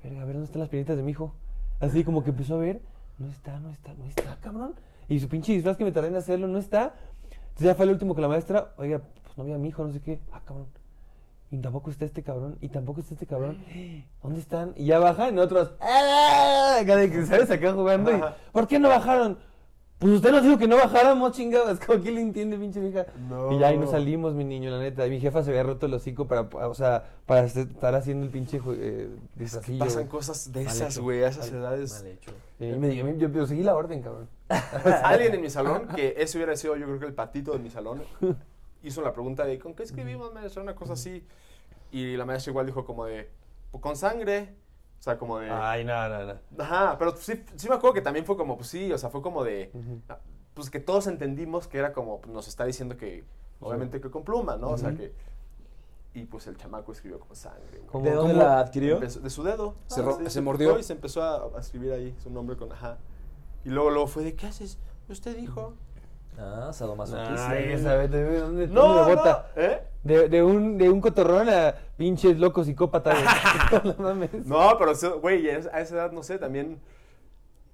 S5: "Verga, a ver dónde están las piernitas de mi hijo. Así como que empezó a ver, no está, no está, no está, cabrón. Y su pinche disfraz que me tardé en hacerlo, no está. Entonces ya fue el último que la maestra, oiga, pues no había mi hijo, no sé qué. Ah, cabrón. Y tampoco está este cabrón, y tampoco está este cabrón. ¿Dónde están? Y ya bajan, y otros. ¡Ah! Acá de que, ¿sabes? Acá jugando. Y, ¿Por qué no bajaron? Pues usted nos dijo que no bajáramos, chingados. ¿Cómo que le entiende, pinche vieja? Y ya ahí nos salimos, mi niño, la neta. Y mi jefa se había roto el hocico para, o sea, para estar haciendo el pinche jue- eh, desafío.
S4: Pasan
S5: güey.
S4: cosas de esas, güey, a esas edades.
S2: Mal hecho.
S5: Y me dijo, yo, yo seguí la orden, cabrón.
S4: Pues, Alguien en mi salón, que ese hubiera sido yo creo que el patito de mi salón, hizo la pregunta de ¿con qué escribimos, maestra? Una cosa así. Y la maestra igual dijo como de, "Pues con sangre. O sea, como de...
S2: Ah.
S5: no, no, no.
S4: Ajá, pero sí, sí me acuerdo que también fue como, pues sí, o sea, fue como de, ah, pues que todos entendimos que era como, pues, nos está diciendo que, obviamente que con pluma, ¿no? O sea, que, y pues el chamaco escribió con sangre. güey.
S5: ¿Cómo?
S2: ¿De dónde la adquirió?
S4: Empezó- de su dedo.
S3: Se
S4: Ah,
S3: ro-
S4: sí,
S3: se mordió.
S4: picó Y se empezó a, a escribir ahí su nombre con, ajá. Y luego, luego fue de, ¿qué haces? Usted dijo.
S2: Ah, sadomasoquista.
S5: Ay, esa vez, ¿de dónde
S4: No,
S5: dónde
S4: no,
S5: bota?
S4: ¿eh?
S5: De, de un, de un cotorrón a pinches locos psicópatas. no mames.
S4: No, pero, eso- güey, a esa a esa edad, no sé, también,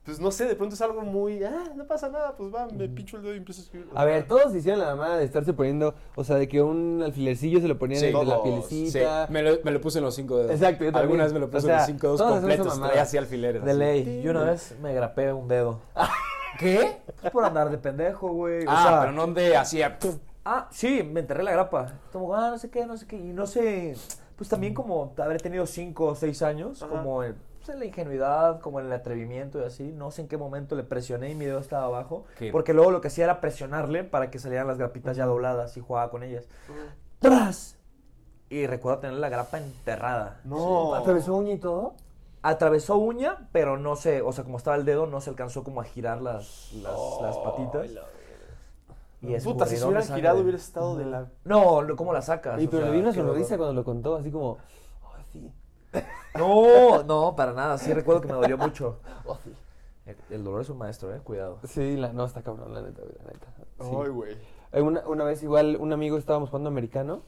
S4: pues no sé, de pronto es algo muy, ah, no pasa nada, pues va, me pincho el dedo y empiezo a escribir.
S5: A ver, todos hicieron la mamada de estarse poniendo, o sea, de que un alfilercillo se lo ponían
S3: Sí,
S5: de la
S4: todos,
S3: Sí,
S5: pielecita.
S3: me lo, me lo puse en los cinco dedos.
S5: Exacto, yo también.
S3: Algunas me lo
S5: O
S3: puse
S5: sea,
S3: en los cinco dedos
S5: todos hacemos esa
S3: completos.
S5: mamada.
S3: Traía así alfileres.
S2: De
S3: así.
S2: ley. Yo una vez me grapé un dedo. Ah,
S3: ¿Qué?
S2: Pues por andar de pendejo, güey. o
S3: Ah,
S2: sea,
S3: pero no de hacía.
S2: Ah, sí, me enterré la grapa. Como, ah, no sé qué, no sé qué. Y no sé, pues también como habré tenido cinco o seis años, como en, pues, en la ingenuidad, como en el atrevimiento y así. No sé en qué momento le presioné y mi dedo estaba abajo.
S3: ¿Qué?
S2: Porque luego lo que hacía era presionarle para que salieran las grapitas ya dobladas y jugaba con ellas. ¡Tras! Y recuerdo tener la grapa enterrada.
S4: No.
S5: ¿Atravesó uña y todo?
S2: Atravesó uña, pero no se, o sea, como estaba el dedo, no se alcanzó como a girar las, las, las patitas. Y
S4: Oh, Puta, si se
S2: escurridón de
S4: hubieran
S2: sangre.
S4: girado hubiera estado de la...
S2: No, lo- ¿cómo la sacas?
S5: Y
S2: O
S5: pero
S2: sea,
S5: le vi una
S2: qué horror.
S5: sonrisa cuando lo contó, así como, oh, sí.
S2: No, no, para nada. Sí recuerdo que me dolió mucho.
S4: Oh,
S2: El- El dolor es un maestro, eh. Cuidado.
S5: Sí, la, no, está cabrón, la neta, güey, la neta. Sí.
S4: Ay, güey.
S5: Eh, Una, una vez igual un amigo estábamos jugando americano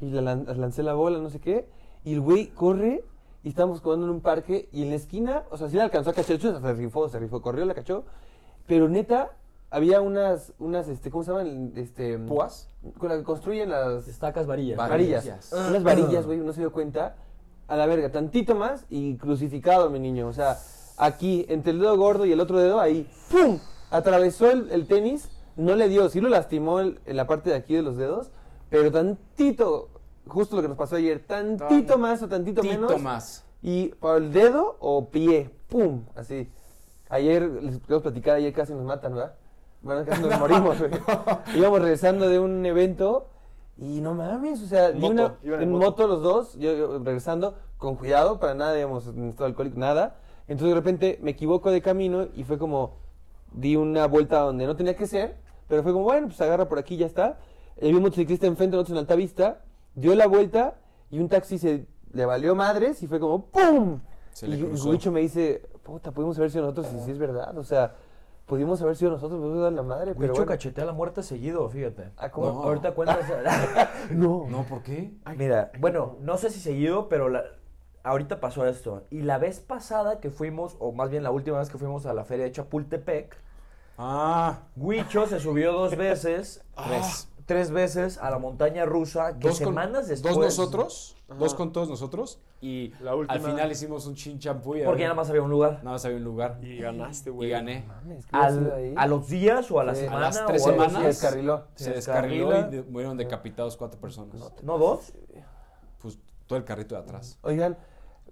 S5: y le lan- lancé la bola, no sé qué, y el güey corre y estábamos jugando en un parque y en la esquina, o sea, sí la alcanzó a cachar, de hecho, se rifó, se rifó, corrió, la cachó, pero neta, había unas, unas, este, ¿cómo se llaman? Este,
S3: ¿Púas?
S5: Con la que construyen las
S2: Estacas varillas.
S5: varillas.
S3: Varillas.
S5: Unas varillas, güey, no se dio cuenta, a la verga, tantito más y crucificado, mi niño, o sea, aquí, entre el dedo gordo y el otro dedo, ahí, ¡pum! Atravesó el, el tenis, no le dio, sí lo lastimó el- en la parte de aquí de los dedos, pero tantito, justo lo que nos pasó ayer, tantito más o tantito
S3: Tito
S5: menos.
S3: más.
S5: Y por el dedo o pie, ¡pum! Así. Ayer, les quiero platicar, ayer casi nos matan, ¿verdad? Bueno, casi nos morimos, güey. Íbamos regresando de un evento y no mames, o sea, de
S4: Moto,
S5: una-
S4: iban en
S5: en
S4: moto.
S5: moto los dos, yo, yo regresando con cuidado, para nada, digamos, en estado alcohólico, nada. Entonces de repente me equivoco de camino y fue como, di una vuelta donde no tenía que ser, pero fue como, bueno, pues agarra por aquí, ya está. Y había un motociclista enfrente, nosotros en alta vista, dio la vuelta y un taxi se le valió madres y fue como, ¡pum!
S3: Se le
S5: y el
S3: cruzó.
S5: güicho me dice, puta, pudimos haber sido nosotros, y si es verdad, o sea, pudimos haber sido nosotros, pudimos dar la madre,
S2: Güey,
S5: pero
S2: Chuca,
S5: bueno.
S2: cachetea la muerte seguido, fíjate.
S5: Ah, ¿cómo?
S2: No, Ahorita cuentas.
S5: No.
S3: No, ¿por qué?
S2: Mira, bueno, no sé si seguido, pero la- ahorita pasó esto. Y la vez pasada que fuimos, o más bien la última vez que fuimos a la feria de Chapultepec,
S3: Ah,
S2: Huicho se subió dos veces,
S3: tres.
S2: tres veces a la montaña rusa, que
S3: Ah. Dos con-
S2: semanas después.
S3: Dos nosotros, dos con todos nosotros. Y
S4: La última-
S3: al final hicimos un chin champú. y
S2: Porque ya
S3: había-
S2: nada más había un lugar.
S3: Nada más había un lugar.
S4: Y ganaste,
S3: Y
S4: güey.
S3: gané.
S5: Mames, ¿qué hubiera sido
S2: Al-
S5: ahí?
S2: a los días o a la
S5: Sí.
S2: semana.
S3: A las
S2: o
S3: tres
S2: algo así.
S3: semanas
S5: Se descarriló.
S3: Se
S2: Se
S3: descarriló
S2: descarrila.
S3: y de- murieron decapitados cuatro personas.
S2: ¿No dos?
S3: Pues todo el carrito de atrás.
S5: Oigan,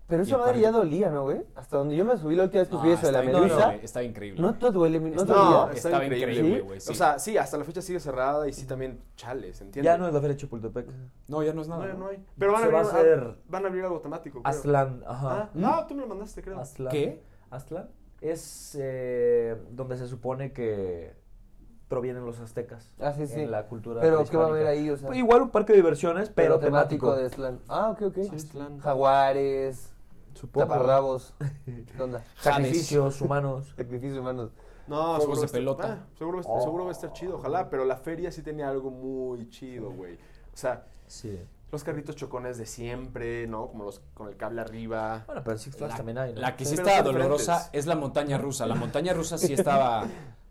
S5: pero
S3: Y
S5: esa
S3: el
S5: madre
S3: parque.
S5: ya dolía, ¿no, güey? Hasta donde yo me subí la última vez que subí
S3: Ah,
S5: eso de la
S3: estaba increíble,
S5: medusa.
S3: güey, Estaba increíble.
S5: No te duele, mi- no, te
S4: No,
S5: dolía.
S3: es-
S4: estaba increíble, güey.
S3: güey, sí.
S4: O sea, sí, hasta la fecha sigue cerrada y sí también chales, ¿entiendes?
S2: Ya no es la feria de Chapultepec.
S3: No, ya no es nada.
S4: No, ya no hay. Pero van a,
S2: Se va
S4: abrir,
S2: a hacer-
S4: van a abrir algo temático. creo.
S2: Aztlán, ajá.
S5: ¿Mm?
S4: Ah, no, tú me lo mandaste, creo.
S2: Aztlán.
S3: ¿Qué?
S2: Aztlán es eh, donde se supone que provienen los aztecas.
S5: Ah, sí, sí.
S2: En la cultura
S5: Pero, ¿qué va a
S2: prehispánica.
S5: haber ahí? O sea,
S2: Pues igual un parque de diversiones, pero, temático.
S5: de Aztlán. Ah, ok, ok.
S4: Aztlán.
S5: Jaguares.
S2: Supongo.
S5: Taparrabos. ¿Qué onda?
S2: Sacrificios humanos.
S5: Sacrificios humanos.
S4: No,
S3: Juegos
S4: seguro
S3: de
S4: va a estar-
S3: pelota.
S4: ah, seguro, va a estar- seguro va a estar chido, ojalá. Pero la feria sí tenía algo muy chido, güey. O sea,
S2: Sí.
S4: los carritos chocones de siempre, ¿no? Como los con el cable arriba.
S2: Bueno, pero en Six Flags
S3: La,
S2: también hay, ¿no?
S3: la que sí
S4: Pero
S3: estaba
S4: son
S3: dolorosa
S4: diferentes.
S3: es la montaña rusa. La montaña rusa sí estaba.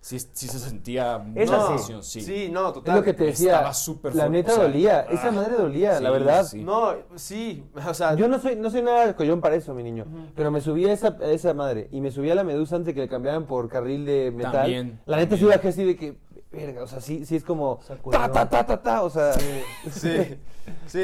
S3: Sí, sí se sentía.
S2: Esa
S3: mucha
S4: no,
S3: tensión, sí.
S4: no,
S5: Es
S4: total.
S5: lo que te decía.
S3: Estaba súper
S5: La
S3: fuerte,
S5: neta
S3: o sea, ah,
S5: dolía. Esa madre dolía,
S3: sí,
S5: la verdad.
S3: sí.
S4: No, sí, o sea,
S5: Yo no soy, no soy nada collón para eso, mi niño. Pero me subí a esa, a esa madre. Y me subí a la medusa antes de que le cambiaran por carril de metal.
S3: También,
S5: la neta sí bajé así de que. Verga, o sea, sí, sí es como. Ta,
S2: Sacudidón.
S5: ta, ta, ta, ta. O sea.
S4: Sí, sí.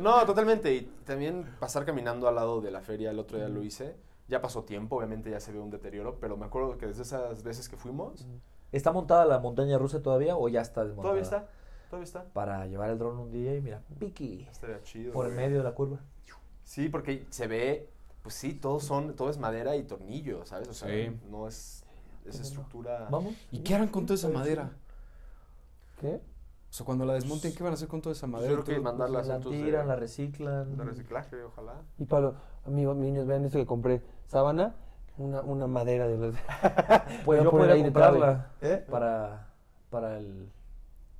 S4: No, totalmente. Y también pasar caminando al lado de la feria, el otro día lo hice. Ya pasó tiempo, obviamente ya se ve un deterioro, pero me acuerdo que desde esas veces que fuimos,
S2: ¿Está montada la montaña rusa todavía o ya está desmontada?
S4: todavía está, todavía está.
S2: Para llevar el dron un día y mira, piqui.
S4: Estaría chido.
S2: Por en
S4: güey.
S2: medio de la curva.
S4: Sí, porque se ve, pues sí, todo son, todo es madera y tornillo, ¿sabes? O sea,
S3: Sí.
S4: no es, es estructura.
S2: Vamos.
S3: ¿Y qué harán con toda esa madera?
S5: ¿Qué?
S3: O sea, cuando la desmonten, ¿qué van a hacer con toda esa
S4: Pues, Yo
S3: madera?
S4: creo
S3: Tú-
S4: que mandarla a
S2: La
S4: asuntos de-
S2: tiran, la reciclan.
S4: de reciclaje, ojalá.
S5: Y Pablo, amigos, niños, vean esto que compré. Sábana, una, una madera de los.
S2: Pues
S5: Voy a
S2: yo
S5: poner
S2: podría
S5: ahí de trave.
S2: comprarla para, para el...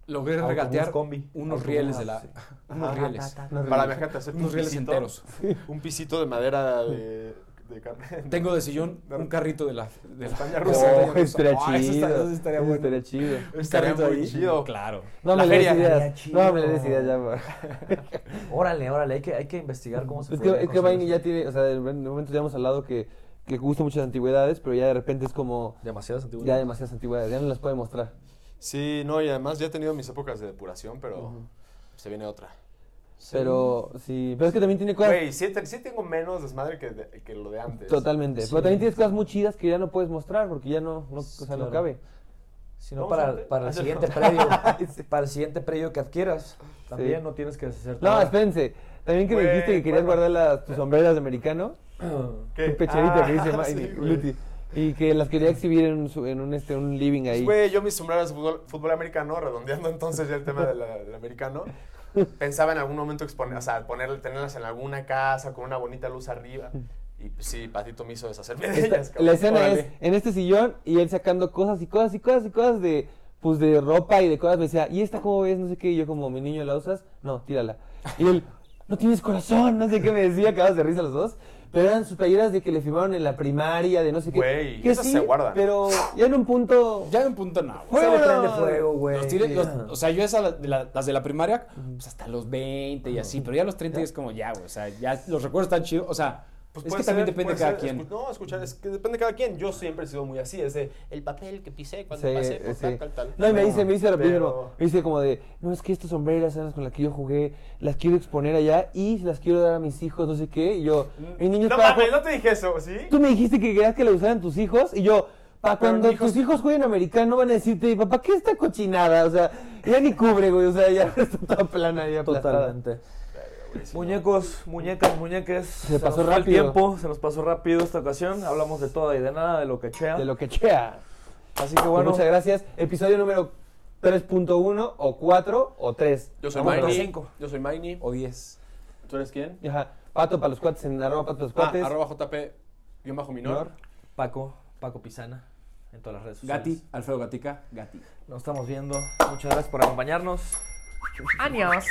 S3: Logré
S2: Autobús
S3: regatear
S2: combi.
S3: unos
S2: Autobús,
S3: rieles de la.
S2: sí.
S3: Unos rieles.
S2: Ta, ta, ta.
S5: Unos
S4: Para
S5: rieles.
S4: viajar te hacer
S3: Unos rieles enteros.
S4: Un pisito de madera de, de carne.
S3: Tengo de sillón un carrito de la. De la
S4: Montaña rusa.
S3: montaña
S5: Oh, estaría
S3: Ah, eso está-
S5: chido.
S3: eso estaría
S5: eso
S3: bueno.
S5: estaría chido.
S3: Un
S4: Estaría
S3: carrito
S4: muy
S3: ahí.
S4: chido.
S3: Claro.
S5: No
S4: La
S5: me le des
S4: feria.
S5: ideas.
S2: Estaría
S5: No me le des
S2: chido.
S5: ideas ya, por-
S2: Órale, órale, hay que, hay que investigar cómo se
S5: Es
S2: Pues podría
S5: que, es que
S2: conseguir
S5: Vine ya tiene, o sea, de momento ya hemos hablado que, que gusta muchas antigüedades, pero ya de repente es como,
S2: Demasiadas antiguas.
S5: ya demasiadas antigüedades, ya no las puede mostrar.
S4: Sí, no, y además ya he tenido mis épocas de depuración, pero se viene otra.
S5: Pero sí, pero es que también tiene cosas
S4: Güey, sí, te- sí tengo menos desmadre que, de- que lo de antes.
S5: totalmente, pero también tienes cosas muy chidas que ya no puedes mostrar porque ya no, no o sea, no
S2: Claro.
S5: cabe.
S2: Sino
S4: Vamos
S2: para,
S4: adelante.
S2: para el
S4: Hazlo.
S2: siguiente predio. para el siguiente predio que adquieras. También no tienes que deshacer
S5: No,
S2: todo.
S5: espérense. También que me
S4: Ah. Güey,
S5: dijiste que querías
S4: bueno.
S5: guardar las, tus sombreras de americano,
S4: ¿Qué?
S5: tu pecherita que dice
S4: Ah,
S5: Ma-
S4: sí, güey.
S5: Luti, y que las quería exhibir en, su- en un, este, un living ahí.
S4: Güey, yo mis sombreras de fútbol, fútbol americano, redondeando entonces ya el tema de la- del americano, pensaba en algún momento exponer, o sea, poner, tenerlas en alguna casa con una bonita luz arriba. Y pues, sí, Patito me hizo deshacerme de
S5: Esta-
S4: ellas.
S5: la
S4: cabrón.
S5: escena
S4: Órale.
S5: es en este sillón y él sacando cosas y cosas y cosas y cosas de pues de ropa y de cosas. Me decía, ¿y esta cómo ves? No sé qué. Y yo, como mi niño, ¿la usas? No, tírala. Y él, no tienes corazón, no sé qué me decía, acabas de risa los dos. Pero eran sus playeras de que le firmaron en la primaria, de no sé qué.
S4: Güey,
S5: que
S4: esas se guardan.
S5: Pero ya en un punto.
S3: Ya en punto nada.
S2: Se le prende
S5: ¡Vámonos!
S2: fuego, güey.
S3: Los tiré- los- o sea, yo esa, la- de la- las de la primaria, pues hasta los 20 y así, pero ya los 30 es como ya, güey. O sea, ya los recuerdos están chidos. O sea,
S4: Pues
S3: es
S4: puede
S3: que también
S4: ser,
S3: depende de
S4: puede
S3: cada
S4: ser,
S3: quien.
S4: escu- No, escuchar, es que depende de cada quien. Yo siempre he sido muy así, es de el papel que pisé cuando
S5: Sí,
S4: pasé por
S5: sí.
S4: tal, tal, tal.
S5: No, y me dice, me dice lo
S4: pero-
S5: mismo. Me dice como de, no, es que estas sombreras eran las con las que yo jugué, las quiero exponer allá y las quiero dar a mis hijos, no sé qué. Y yo, mi niño
S4: Mm. No
S5: para-
S4: mames, no te dije eso, ¿sí?
S5: Tú me dijiste que querías que la usaran tus hijos y yo, pa,
S4: Pero
S5: cuando
S4: mi hijo-
S5: tus hijos jueguen americano van a decirte, papá, ¿qué es esta cochinada? O sea, ya ni cubre, güey, o sea, ya está toda plana, ya aplastada.
S2: Totalmente. Muñecos, muñecas, muñeques. Se,
S5: pasó
S2: nos fue
S5: rápido.
S2: El tiempo, se nos pasó rápido esta ocasión. Hablamos de todo y de nada, de lo que chea.
S5: De lo que chea.
S2: Así que
S5: Bueno,
S2: bueno,
S5: muchas gracias. Episodio número 3.1 o 4 o 3.
S4: Yo soy
S2: Punto
S4: Maini.
S2: cinco.
S4: Yo soy Maini.
S3: O 10.
S4: ¿Tú eres quién?
S5: Ajá. Pato para los cuates en arroba pato para los
S4: Ah,
S5: cuates.
S4: arroba JP, guión bajo minor.
S2: Paco, Paco Pisana, en todas las redes sociales.
S3: Gati, Alfredo Gatica, Gati.
S2: Nos estamos viendo. Muchas gracias por acompañarnos.
S6: Adiós.